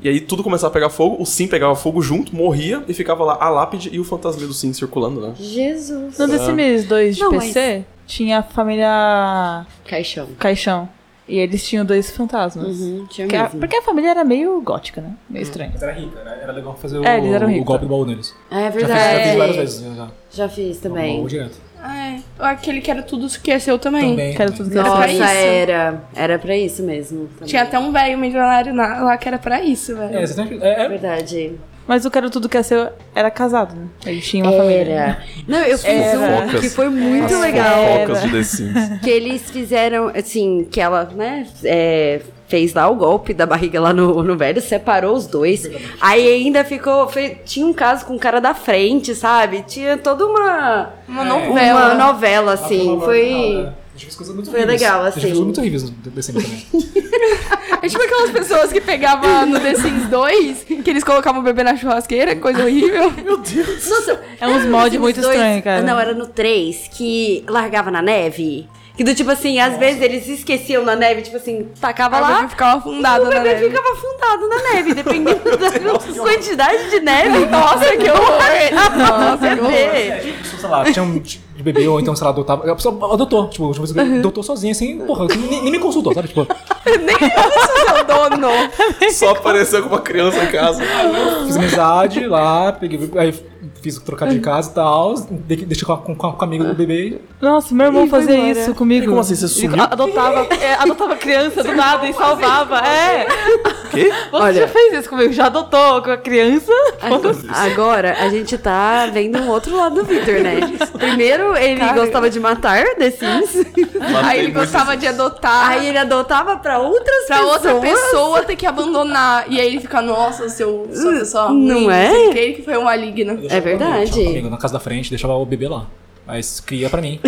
Speaker 1: E aí tudo começava a pegar fogo, o Sim pegava fogo junto, morria e ficava lá a lápide e o fantasma do Sim circulando, né?
Speaker 3: Jesus.
Speaker 4: No The
Speaker 1: Ah.
Speaker 4: Sims 2 de
Speaker 3: Não, mas-
Speaker 4: PC, tinha a família
Speaker 3: Caixão.
Speaker 4: Caixão. E eles tinham dois fantasmas.
Speaker 3: Uhum, tinha
Speaker 4: Que a-
Speaker 3: mesmo.
Speaker 4: porque a família era meio gótica, né? Meio
Speaker 1: Uhum.
Speaker 4: estranha.
Speaker 7: Mas era rica, era, era legal fazer o,
Speaker 4: É, eles eram
Speaker 7: o
Speaker 4: ricos.
Speaker 7: golpe do baú neles.
Speaker 3: É
Speaker 7: Já fiz, já fiz várias
Speaker 3: verdade.
Speaker 7: vezes, né, já. já.
Speaker 3: Já fiz também.
Speaker 7: Baú direto.
Speaker 2: Ah, é. Aquele que era tudo que é seu também.
Speaker 7: Também.
Speaker 4: Que era tudo que era
Speaker 3: Nossa,
Speaker 2: pra isso?
Speaker 3: era. Era pra isso mesmo. também.
Speaker 2: Tinha até um velho milionário na- lá que era pra isso, velho.
Speaker 7: É, você tem que- é, é-
Speaker 3: Verdade.
Speaker 4: Mas o Quero Tudo Que É Seu era casado, né? Ele tinha uma família.
Speaker 3: Era. É. Não, eu fiz
Speaker 4: Era.
Speaker 3: um que foi muito
Speaker 1: As
Speaker 3: legal.
Speaker 1: Fofocas de The Sims.
Speaker 3: Que eles fizeram, assim, que ela, né, é, fez lá o golpe da barriga lá no, no velho, separou os dois. Aí ainda ficou. fe- tinha um caso com o cara da frente, sabe? Tinha toda uma.
Speaker 2: Uma novela.
Speaker 3: Uma novela, assim. Foi.
Speaker 7: né, A gente fez coisas muito
Speaker 3: foi
Speaker 7: horríveis.
Speaker 3: legal,
Speaker 7: A gente fez
Speaker 3: assim.
Speaker 7: coisas muito horríveis no The Sims também.
Speaker 2: É tipo aquelas pessoas que pegavam no The Sims 2, que eles colocavam o bebê na churrasqueira, coisa horrível.
Speaker 3: Nossa,
Speaker 4: É uns moldes muito
Speaker 3: Os dois-
Speaker 4: estranhos, cara.
Speaker 3: Não, era no 3 que largava na neve. Que do tipo assim, às vezes eles esqueciam na neve, tipo assim, tacava
Speaker 2: Aí o
Speaker 3: lá.
Speaker 2: bebê ficava afundado
Speaker 3: o
Speaker 2: na
Speaker 3: bebê
Speaker 2: neve.
Speaker 3: ficava afundado na neve, dependendo da quantidade de neve.
Speaker 2: Nossa, que horror! Nossa, que horror!
Speaker 3: É.
Speaker 7: sei lá, tinha um tipo de bebê, ou então, sei lá, adotava. A pessoa adotou, tipo, a última vez que adotou sozinha, assim, porra, nem, nem me consultou, sabe? Tipo,
Speaker 2: Nem o dono.
Speaker 1: Só apareceu com uma criança em casa.
Speaker 7: fiz amizade lá, peguei, aí fiz trocar de casa e tal, de- deixei com, a- com, com a amiga do bebê.
Speaker 4: Nossa, meu irmão
Speaker 2: Ih, foi
Speaker 4: fazia
Speaker 2: embora.
Speaker 4: isso comigo.
Speaker 1: Como assim, você sumiu?
Speaker 4: Ele adotava, é, adotava criança do nada e salvava. É.
Speaker 1: Quê?
Speaker 4: Você já fez isso comigo? Já adotou com a criança?
Speaker 3: Agora a gente tá vendo um outro lado do Victor, né? Primeiro ele
Speaker 2: Cara,
Speaker 3: gostava de matar The Sims,
Speaker 1: Matei
Speaker 2: Aí ele
Speaker 1: muitos-
Speaker 2: gostava de adotar.
Speaker 3: aí ele adotava pra outras
Speaker 2: Pra
Speaker 3: é pessoas.
Speaker 2: outra pessoa ter que abandonar. E aí ele fica, nossa, seu, sua pessoa ruim.
Speaker 3: Não é?
Speaker 2: sei o quê, Ele que foi um maligno.
Speaker 3: É
Speaker 7: Deixava com a
Speaker 3: verdade.
Speaker 7: amiga na casa da frente, deixava o bebê lá. Mas cria pra mim.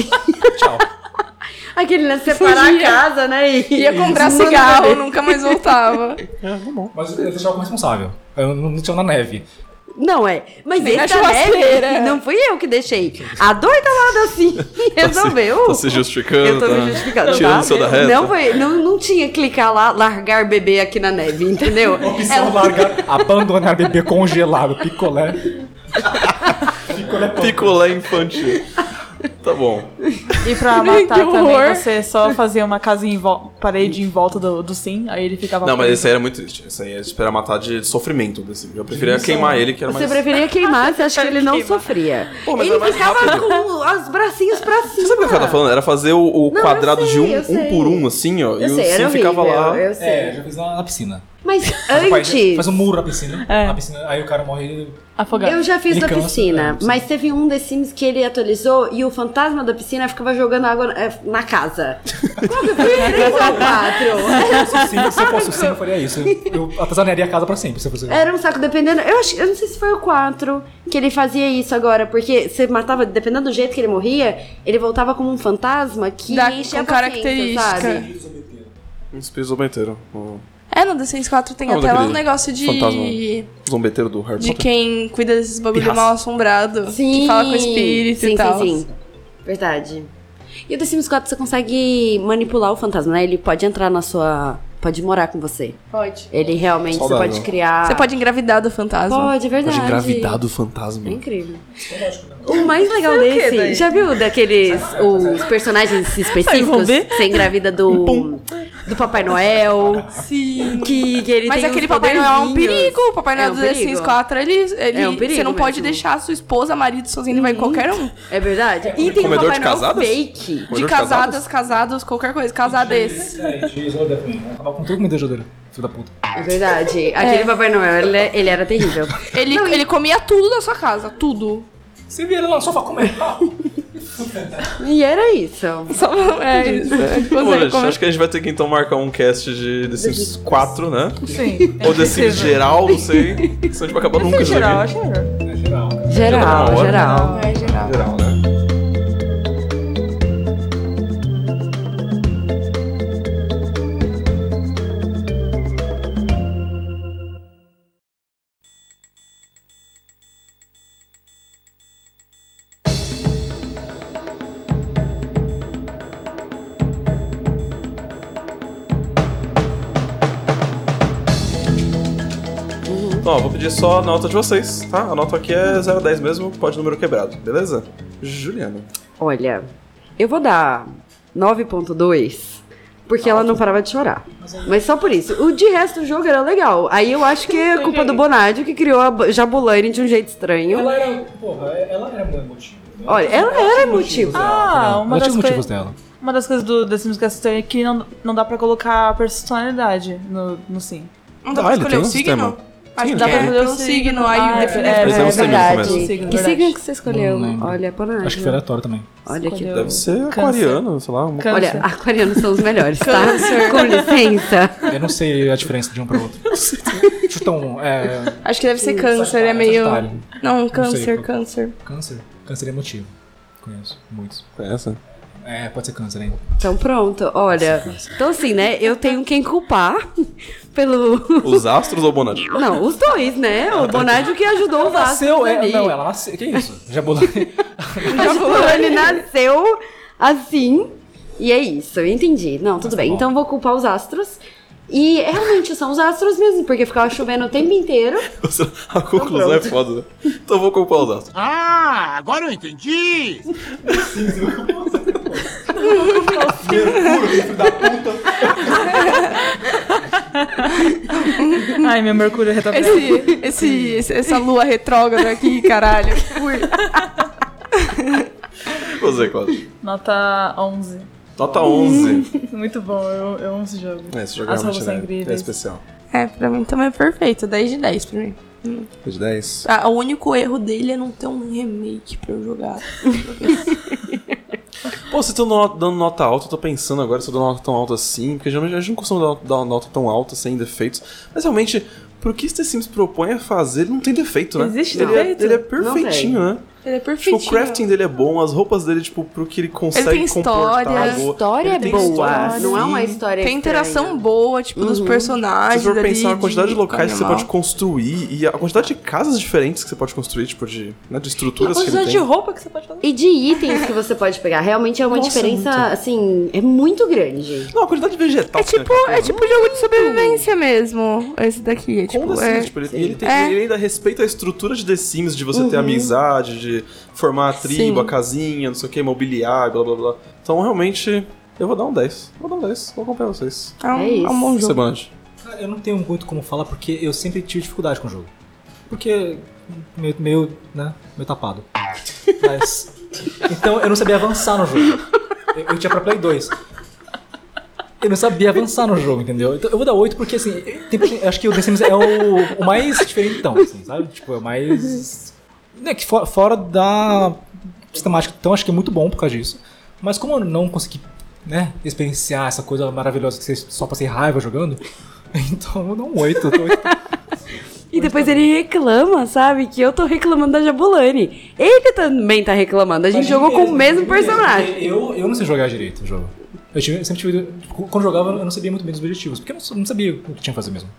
Speaker 7: Tchau.
Speaker 3: Aquele lance de separar a
Speaker 2: Fugia.
Speaker 3: casa, né? E
Speaker 2: Ia comprar
Speaker 3: Manda
Speaker 2: cigarro,
Speaker 3: ver.
Speaker 2: nunca mais voltava.
Speaker 7: Mas eu deixava como responsável. Eu não, não tinha na neve.
Speaker 3: Não é. Mas
Speaker 2: Nem
Speaker 3: esse
Speaker 2: na
Speaker 3: da neve
Speaker 2: churrasqueira.
Speaker 3: não fui eu que deixei. A doida lá da assim resolveu.
Speaker 1: Tá se justificando.
Speaker 3: eu tô
Speaker 1: tá
Speaker 3: me justificando.
Speaker 1: Tirando
Speaker 3: tá?
Speaker 1: o seu da reta.
Speaker 3: Não, foi, não, não tinha clicar lá, largar bebê aqui na neve, entendeu?
Speaker 7: Opção largar, abandonar bebê congelado, picolé.
Speaker 1: Picolé infantil. Tá bom.
Speaker 4: E pra matar também, você só fazia uma casa em vol- parede em volta do, do sim, aí ele ficava.
Speaker 1: Não, mas
Speaker 4: preso.
Speaker 1: esse aí era muito triste. Esse aí é esperar matar de sofrimento. Desse. Eu preferia
Speaker 4: Sim.
Speaker 1: queimar ele, que era
Speaker 3: é. Você
Speaker 1: mais.
Speaker 3: preferia queimar, você acha que ele não sofria.
Speaker 1: Pô, mas
Speaker 3: ele
Speaker 1: era mais
Speaker 3: ficava
Speaker 1: rápido.
Speaker 3: com os bracinhos pra cima. Você
Speaker 1: Sabe o que ela tá falando? Era fazer o, o
Speaker 3: Ah. Não, eu
Speaker 1: quadrado
Speaker 3: sei,
Speaker 1: de
Speaker 3: eu
Speaker 1: um,
Speaker 3: sei.
Speaker 1: um por um, assim, ó.
Speaker 3: Eu
Speaker 1: e o
Speaker 3: sei, era
Speaker 1: sim ficava
Speaker 3: horrível,
Speaker 1: lá.
Speaker 3: eu sei.
Speaker 7: É, eu já fiz na, na piscina.
Speaker 3: Mas
Speaker 7: Faz um país-
Speaker 3: antes.
Speaker 7: Faz um muro na piscina.
Speaker 4: É.
Speaker 7: A piscina. Aí o cara morre ele-
Speaker 4: Afogado.
Speaker 3: Eu já fiz
Speaker 7: Ele
Speaker 3: na
Speaker 7: cansa,
Speaker 3: piscina,
Speaker 7: né?
Speaker 3: mas teve um The Sims que ele atualizou e o fantasma da piscina ficava jogando água eh, na casa. Qual que foi? Três ou quatro?
Speaker 7: Se eu fosse sim, se eu fosse sim, eu faria isso. Eu atazanearia a casa pra sempre, se eu fosse.
Speaker 3: Era um saco dependendo. Eu, acho, eu não sei se foi o 4 que ele fazia isso agora, porque você matava, dependendo do jeito que ele morria, ele voltava como um fantasma que
Speaker 2: Dá-
Speaker 3: enche
Speaker 2: com
Speaker 3: a
Speaker 2: característica.
Speaker 3: paciência, sabe?
Speaker 1: Um espelho zombeteiro. O
Speaker 2: É, no The Sims 4 tem
Speaker 1: Não,
Speaker 2: até lá um
Speaker 1: daquele
Speaker 2: negócio de.
Speaker 1: fantasma. zombeteiro do Harry
Speaker 2: De
Speaker 1: Potter.
Speaker 2: quem cuida desses bagulho
Speaker 1: Pirraça.
Speaker 2: mal assombrado. Que fala com espírito
Speaker 3: sim,
Speaker 2: e tal.
Speaker 3: Sim, sim, Verdade. E o The Sims 4 você consegue manipular o fantasma, né? Ele pode entrar na sua. Pode morar com você.
Speaker 2: Pode.
Speaker 3: Ele realmente você
Speaker 1: Saudável.
Speaker 3: pode criar.
Speaker 2: Você pode engravidar do fantasma.
Speaker 3: Ah. Pode, é verdade.
Speaker 1: Pode engravidar do fantasma.
Speaker 3: É incrível. O mais legal
Speaker 11: Isso é o quê
Speaker 3: desse,
Speaker 11: daí?
Speaker 3: já viu daqueles os personagens específicos?
Speaker 4: ver?
Speaker 3: Você engravida
Speaker 1: Um
Speaker 3: do do Papai Noel,
Speaker 2: Sim.
Speaker 3: que, que ele
Speaker 2: Mas
Speaker 3: tem
Speaker 2: aquele
Speaker 3: uns
Speaker 2: Papai Noel é um
Speaker 3: poderzinhos.
Speaker 2: perigo. O Papai Noel
Speaker 3: É um
Speaker 2: do The Sims
Speaker 3: perigo.
Speaker 2: 4, ele, ele-
Speaker 3: É um perigo
Speaker 2: você não pode
Speaker 3: mesmo.
Speaker 2: deixar a sua esposa, marido sozinho, ele vai em qualquer um.
Speaker 3: É verdade. E tem
Speaker 1: Comedor
Speaker 3: o Papai
Speaker 1: de
Speaker 3: Noel
Speaker 1: casadas?
Speaker 3: fake.
Speaker 1: Comedor
Speaker 2: De
Speaker 1: de
Speaker 2: casadas, casados, qualquer coisa. Casades.
Speaker 7: É, de geladeira também. né? Acabar com tudo com geladeira. Filho da puta.
Speaker 3: É verdade. Aquele
Speaker 2: É.
Speaker 3: Papai Noel, ele, ele era terrível.
Speaker 2: Ele, ele comia tudo da sua casa, tudo.
Speaker 7: Você vira lá no sofá comer.
Speaker 3: e era isso.
Speaker 2: Só, é isso. é que
Speaker 1: Bom,
Speaker 2: Você
Speaker 1: gente,
Speaker 2: come...
Speaker 1: acho que a gente vai ter que então marcar um cast de The Sims 4, né?
Speaker 4: Sim.
Speaker 1: Ou The Sims geral, não sei. Senão a gente vai acabar nunca
Speaker 4: Em
Speaker 1: isso
Speaker 4: geral,
Speaker 1: daqui.
Speaker 4: acho melhor.
Speaker 7: Geral.
Speaker 1: tá na
Speaker 3: Geral,
Speaker 1: hora.
Speaker 3: geral.
Speaker 2: É, geral.
Speaker 1: Geral, né? Ó, vou pedir só a nota de vocês, tá? A nota aqui é 0 a 10 mesmo, pode número quebrado, beleza? Juliana.
Speaker 3: Olha, eu vou dar 9.2, porque ela não parava de chorar. Mas é só por isso. O de resto do jogo era legal. Aí eu acho que é culpa do Bonadio que criou a Bo- Jabulani de um jeito estranho.
Speaker 7: Ela era. Porra, ela era muito emotiva.
Speaker 3: Olha, ela era emotiva.
Speaker 4: Ah, uma
Speaker 7: Ela tinha
Speaker 4: das
Speaker 7: os
Speaker 4: coisas-
Speaker 7: motivos dela.
Speaker 4: Uma das coisas do The Sims Cast é que não, não dá pra colocar personalidade no, no sim.
Speaker 2: Não dá
Speaker 1: Ah,
Speaker 2: pra
Speaker 1: ele
Speaker 2: escolher
Speaker 1: tem
Speaker 2: o
Speaker 1: um sistema.
Speaker 2: signo? Acho que
Speaker 1: Sim,
Speaker 2: dá
Speaker 1: né?
Speaker 2: pra escolher
Speaker 4: Pelo
Speaker 2: o
Speaker 4: signo,
Speaker 2: um signo, aí
Speaker 4: ah,
Speaker 2: o
Speaker 4: é,
Speaker 2: definido.
Speaker 4: é,
Speaker 1: Eles têm um signo no
Speaker 3: verdade.
Speaker 1: começo.
Speaker 4: Signo,
Speaker 3: Que
Speaker 4: verdade.
Speaker 3: signo que você escolheu?
Speaker 7: Não lembro.
Speaker 3: Olha, Bonadio.
Speaker 7: Acho que foi aleatório também.
Speaker 3: Olha aqui.
Speaker 4: Escolheu.
Speaker 1: Deve ser
Speaker 4: Hum, Câncer.
Speaker 1: aquariano, sei lá. Um...
Speaker 4: Câncer.
Speaker 3: Olha, aquarianos são os melhores, tá? Com licença.
Speaker 7: Eu não sei a diferença de um pra outro. Chuta um. É.
Speaker 2: Acho que deve ser câncer,
Speaker 7: Sagitário,
Speaker 2: é meio.
Speaker 7: Sagitário.
Speaker 2: Não,
Speaker 7: sei.
Speaker 2: câncer, câncer.
Speaker 7: Câncer. Câncer é emotivo. Conheço. Muitos.
Speaker 1: Essa.
Speaker 7: É, pode ser câncer, hein?
Speaker 3: Então pronto, olha. Então assim, né? Eu tenho quem culpar pelo.
Speaker 1: Os astros ou Bonatti?
Speaker 3: Não, os dois, né? O Bonadio que ajudou o Vasco.
Speaker 7: Ah, Nasceu, é.
Speaker 3: ali.
Speaker 7: Não, ela nasceu. Que isso? Jabulani.
Speaker 3: Giovanni nasceu assim. E é isso, eu entendi. Não, tudo bem. Então vou culpar os astros. E realmente são os astros mesmo, porque ficava chovendo o tempo inteiro.
Speaker 1: A conclusão é foda, né? Então vou culpar os astros.
Speaker 6: Ah, agora eu entendi!
Speaker 4: Ai, meu Mercúrio é retardado.
Speaker 2: Esse, esse, esse- essa lua retrógrada aqui, caralho. Ui.
Speaker 1: Você, Cláudio.
Speaker 4: Nota 11.
Speaker 1: Nota 11.
Speaker 4: Muito bom, eu, eu amo esse jogo.
Speaker 1: É, esse jogo
Speaker 4: As
Speaker 1: realmente
Speaker 4: roupas são
Speaker 1: é, é
Speaker 4: incríveis.
Speaker 1: especial.
Speaker 2: É, pra mim também é perfeito. 10 de 10 pra mim.
Speaker 1: De 10.
Speaker 2: Ah, o único erro dele é não ter um remake pra eu jogar.
Speaker 1: Pô, vocês estão no- dando nota alta, eu tô pensando agora se eu dou nota tão alta assim, porque geralmente a gente não costuma dar, dar uma nota tão alta sem defeitos. Mas realmente, pro que The Sims propõe a fazer, ele não tem defeito, né?
Speaker 4: Existe
Speaker 1: ele
Speaker 4: defeito?
Speaker 1: É, ele é
Speaker 3: Não
Speaker 1: perfeitinho, né?
Speaker 2: Ele é
Speaker 1: Tipo,
Speaker 2: perfeitinho.
Speaker 1: o crafting dele é bom, as roupas dele, tipo, pro que ele consegue
Speaker 2: Ele tem história,
Speaker 1: comportar. né?
Speaker 2: a
Speaker 1: boa.
Speaker 3: história
Speaker 1: Ele
Speaker 3: é
Speaker 1: tem
Speaker 3: boa,
Speaker 1: história,
Speaker 3: não é uma
Speaker 1: sim.
Speaker 3: história.
Speaker 2: Tem interação
Speaker 3: estranha.
Speaker 2: boa, tipo, dos
Speaker 1: Uhum. Se
Speaker 2: personagens.
Speaker 1: você for
Speaker 2: ali,
Speaker 1: pensar a quantidade de locais que você
Speaker 2: animal.
Speaker 1: pode construir e a quantidade de casas diferentes que você pode construir, tipo, de, né, de estruturas que ele
Speaker 4: Quantidade de
Speaker 1: tem.
Speaker 4: roupa que você pode fazer.
Speaker 3: E de itens que você pode pegar. Realmente é uma
Speaker 1: Nossa,
Speaker 3: diferença,
Speaker 1: muito.
Speaker 3: assim, é muito grande.
Speaker 1: Não, a quantidade de vegetal.
Speaker 2: É
Speaker 1: que tem
Speaker 2: tipo,
Speaker 1: naquela porra.
Speaker 2: é tipo jogo de sobrevivência mesmo. Esse daqui.
Speaker 1: Com
Speaker 2: É tipo,
Speaker 1: The Sims,
Speaker 2: é...
Speaker 1: tipo, assim? ele, e ele tem-
Speaker 2: É. Uhum.
Speaker 1: ele ainda respeita a estrutura de The Sims, de você ter amizade, de de formar a tribo,
Speaker 2: Sim.
Speaker 1: a casinha, não sei o que, mobiliar, blá blá blá. Então realmente, eu vou dar um 10. Vou dar um 10, vou acompanhar vocês.
Speaker 2: É um- É isso. é um bom jogo.
Speaker 1: Semanage.
Speaker 7: Cara, eu não tenho muito como falar porque eu sempre tive dificuldade com o jogo. Porque meio, meio né, meio tapado. Mas, então eu não sabia avançar no jogo. Eu, eu tinha pra Play 2. Eu não sabia avançar no jogo, entendeu? Então eu vou dar 8 porque, assim, tem- eu acho que o The Sims é o, o mais diferentão, assim, sabe? Tipo, é o mais... Né, que fo- fora da sistemática. Então acho que é muito bom por causa disso. Mas como eu não consegui, né, experienciar essa coisa maravilhosa que vocês só passei raiva jogando, então eu dou um 8. eu dou 8.
Speaker 3: E depois ele reclama, sabe? Que eu tô reclamando da Jabulani. Ele também tá reclamando. A gente jogou com o mesmo personagem.
Speaker 7: Eu, eu não sei jogar direito o jogo. Eu, tive- eu sempre tive. Quando eu jogava, eu não sabia muito bem dos objetivos, porque eu não, não sabia o que tinha que fazer mesmo.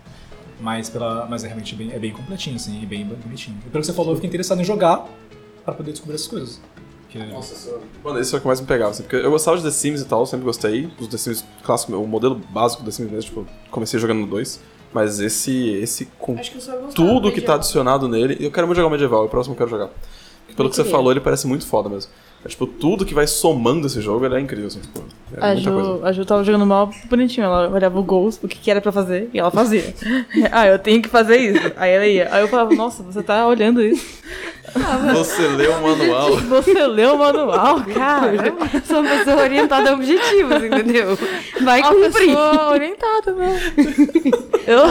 Speaker 7: Mas, pela, mas é realmente bem, é bem completinho, assim, e bem bonitinho. E pelo que você falou, eu fiquei interessado em jogar pra poder descobrir essas coisas. Que- é
Speaker 1: Mano, esse foi o que mais me pegava, assim, porque eu gostava de The Sims e tal, sempre gostei. Os The Sims clássicos, o modelo básico do The Sims mesmo, tipo, comecei jogando no 2. Mas esse, esse com
Speaker 2: Acho que eu só vou falar
Speaker 1: tudo que
Speaker 2: medieval.
Speaker 1: tá adicionado nele, eu quero muito jogar o medieval, é o próximo que eu quero jogar. Pelo que você
Speaker 2: queria.
Speaker 1: falou, ele parece muito foda mesmo. É, tipo, tudo que vai somando esse jogo, ele é incrível, assim, tipo, é
Speaker 4: A
Speaker 1: muita coisa.
Speaker 4: Ju, a Ju tava jogando mal bonitinho. Ela olhava o gols, o que, que era pra fazer, e ela fazia. ah, eu tenho que fazer isso. Aí ela ia. Aí eu falava, nossa, você tá olhando isso.
Speaker 1: Você leu o manual.
Speaker 4: Você leu o manual, cara.
Speaker 3: Sou uma pessoa orientada a objetivos, entendeu? Vai
Speaker 4: Uma
Speaker 3: cumprir.
Speaker 4: pessoa orientada mesmo. Eu, eu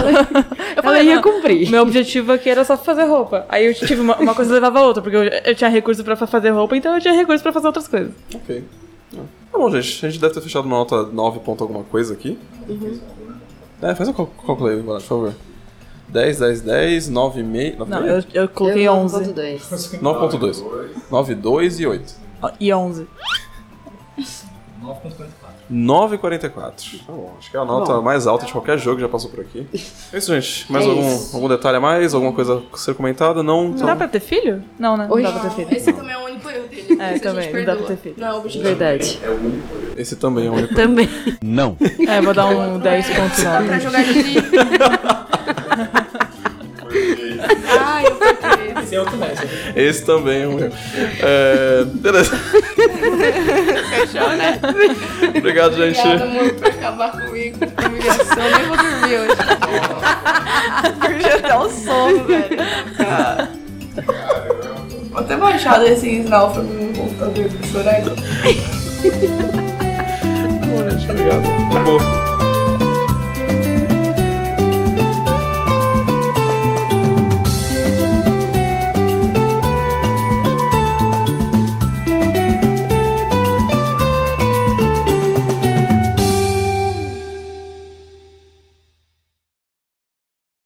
Speaker 3: Ela
Speaker 4: falei,
Speaker 3: ia
Speaker 4: não,
Speaker 3: cumprir.
Speaker 4: Meu objetivo aqui era só fazer roupa. Aí eu tive uma, uma coisa levava a outra, porque eu, eu tinha recurso pra fa- fazer roupa, então eu tinha recurso pra fazer outras coisas.
Speaker 1: Ok. Tá bom, gente. A gente deve ter fechado uma nota 9 ponto alguma coisa aqui. É, faz um cal- cálculo aí, Guaraná, por favor. 10, 10, 10, 9, meio... 9,
Speaker 4: Não, eu, eu coloquei 11.
Speaker 10: 9.2.
Speaker 1: 9.2. 9, 2 e 8.
Speaker 4: E 11.
Speaker 1: 9,44. Tá bom, acho que é a nota mais alta de qualquer jogo que já passou por aqui. É isso, gente. Mais
Speaker 10: É
Speaker 1: algum,
Speaker 10: isso.
Speaker 1: algum detalhe a mais? Alguma coisa a ser comentada? Não? Então,
Speaker 4: Dá pra ter filho? Não, né? Não dá pra ter filho.
Speaker 2: Esse também é o único erro dele.
Speaker 4: É,
Speaker 2: Isso a gente
Speaker 4: também, não dá pra
Speaker 2: perdoa.
Speaker 4: ter feito.
Speaker 2: Não, é o objetivo.
Speaker 10: Verdade.
Speaker 1: Esse também é um...
Speaker 3: Também.
Speaker 5: Não.
Speaker 4: É, vou dar um 10.9.
Speaker 2: Dá pra jogar de. Ai, eu perdi.
Speaker 1: Esse também é um erro. É... Beleza. Obrigado, gente.
Speaker 2: Obrigada, amor, por acabar comigo. com Humilhação, nem vou dormir hoje. Perdi até o um sono, velho. Cara. Ah. Vou até baixar esses náufragos no computador pra chorar.
Speaker 1: Boa noite, Obrigado. Acabou.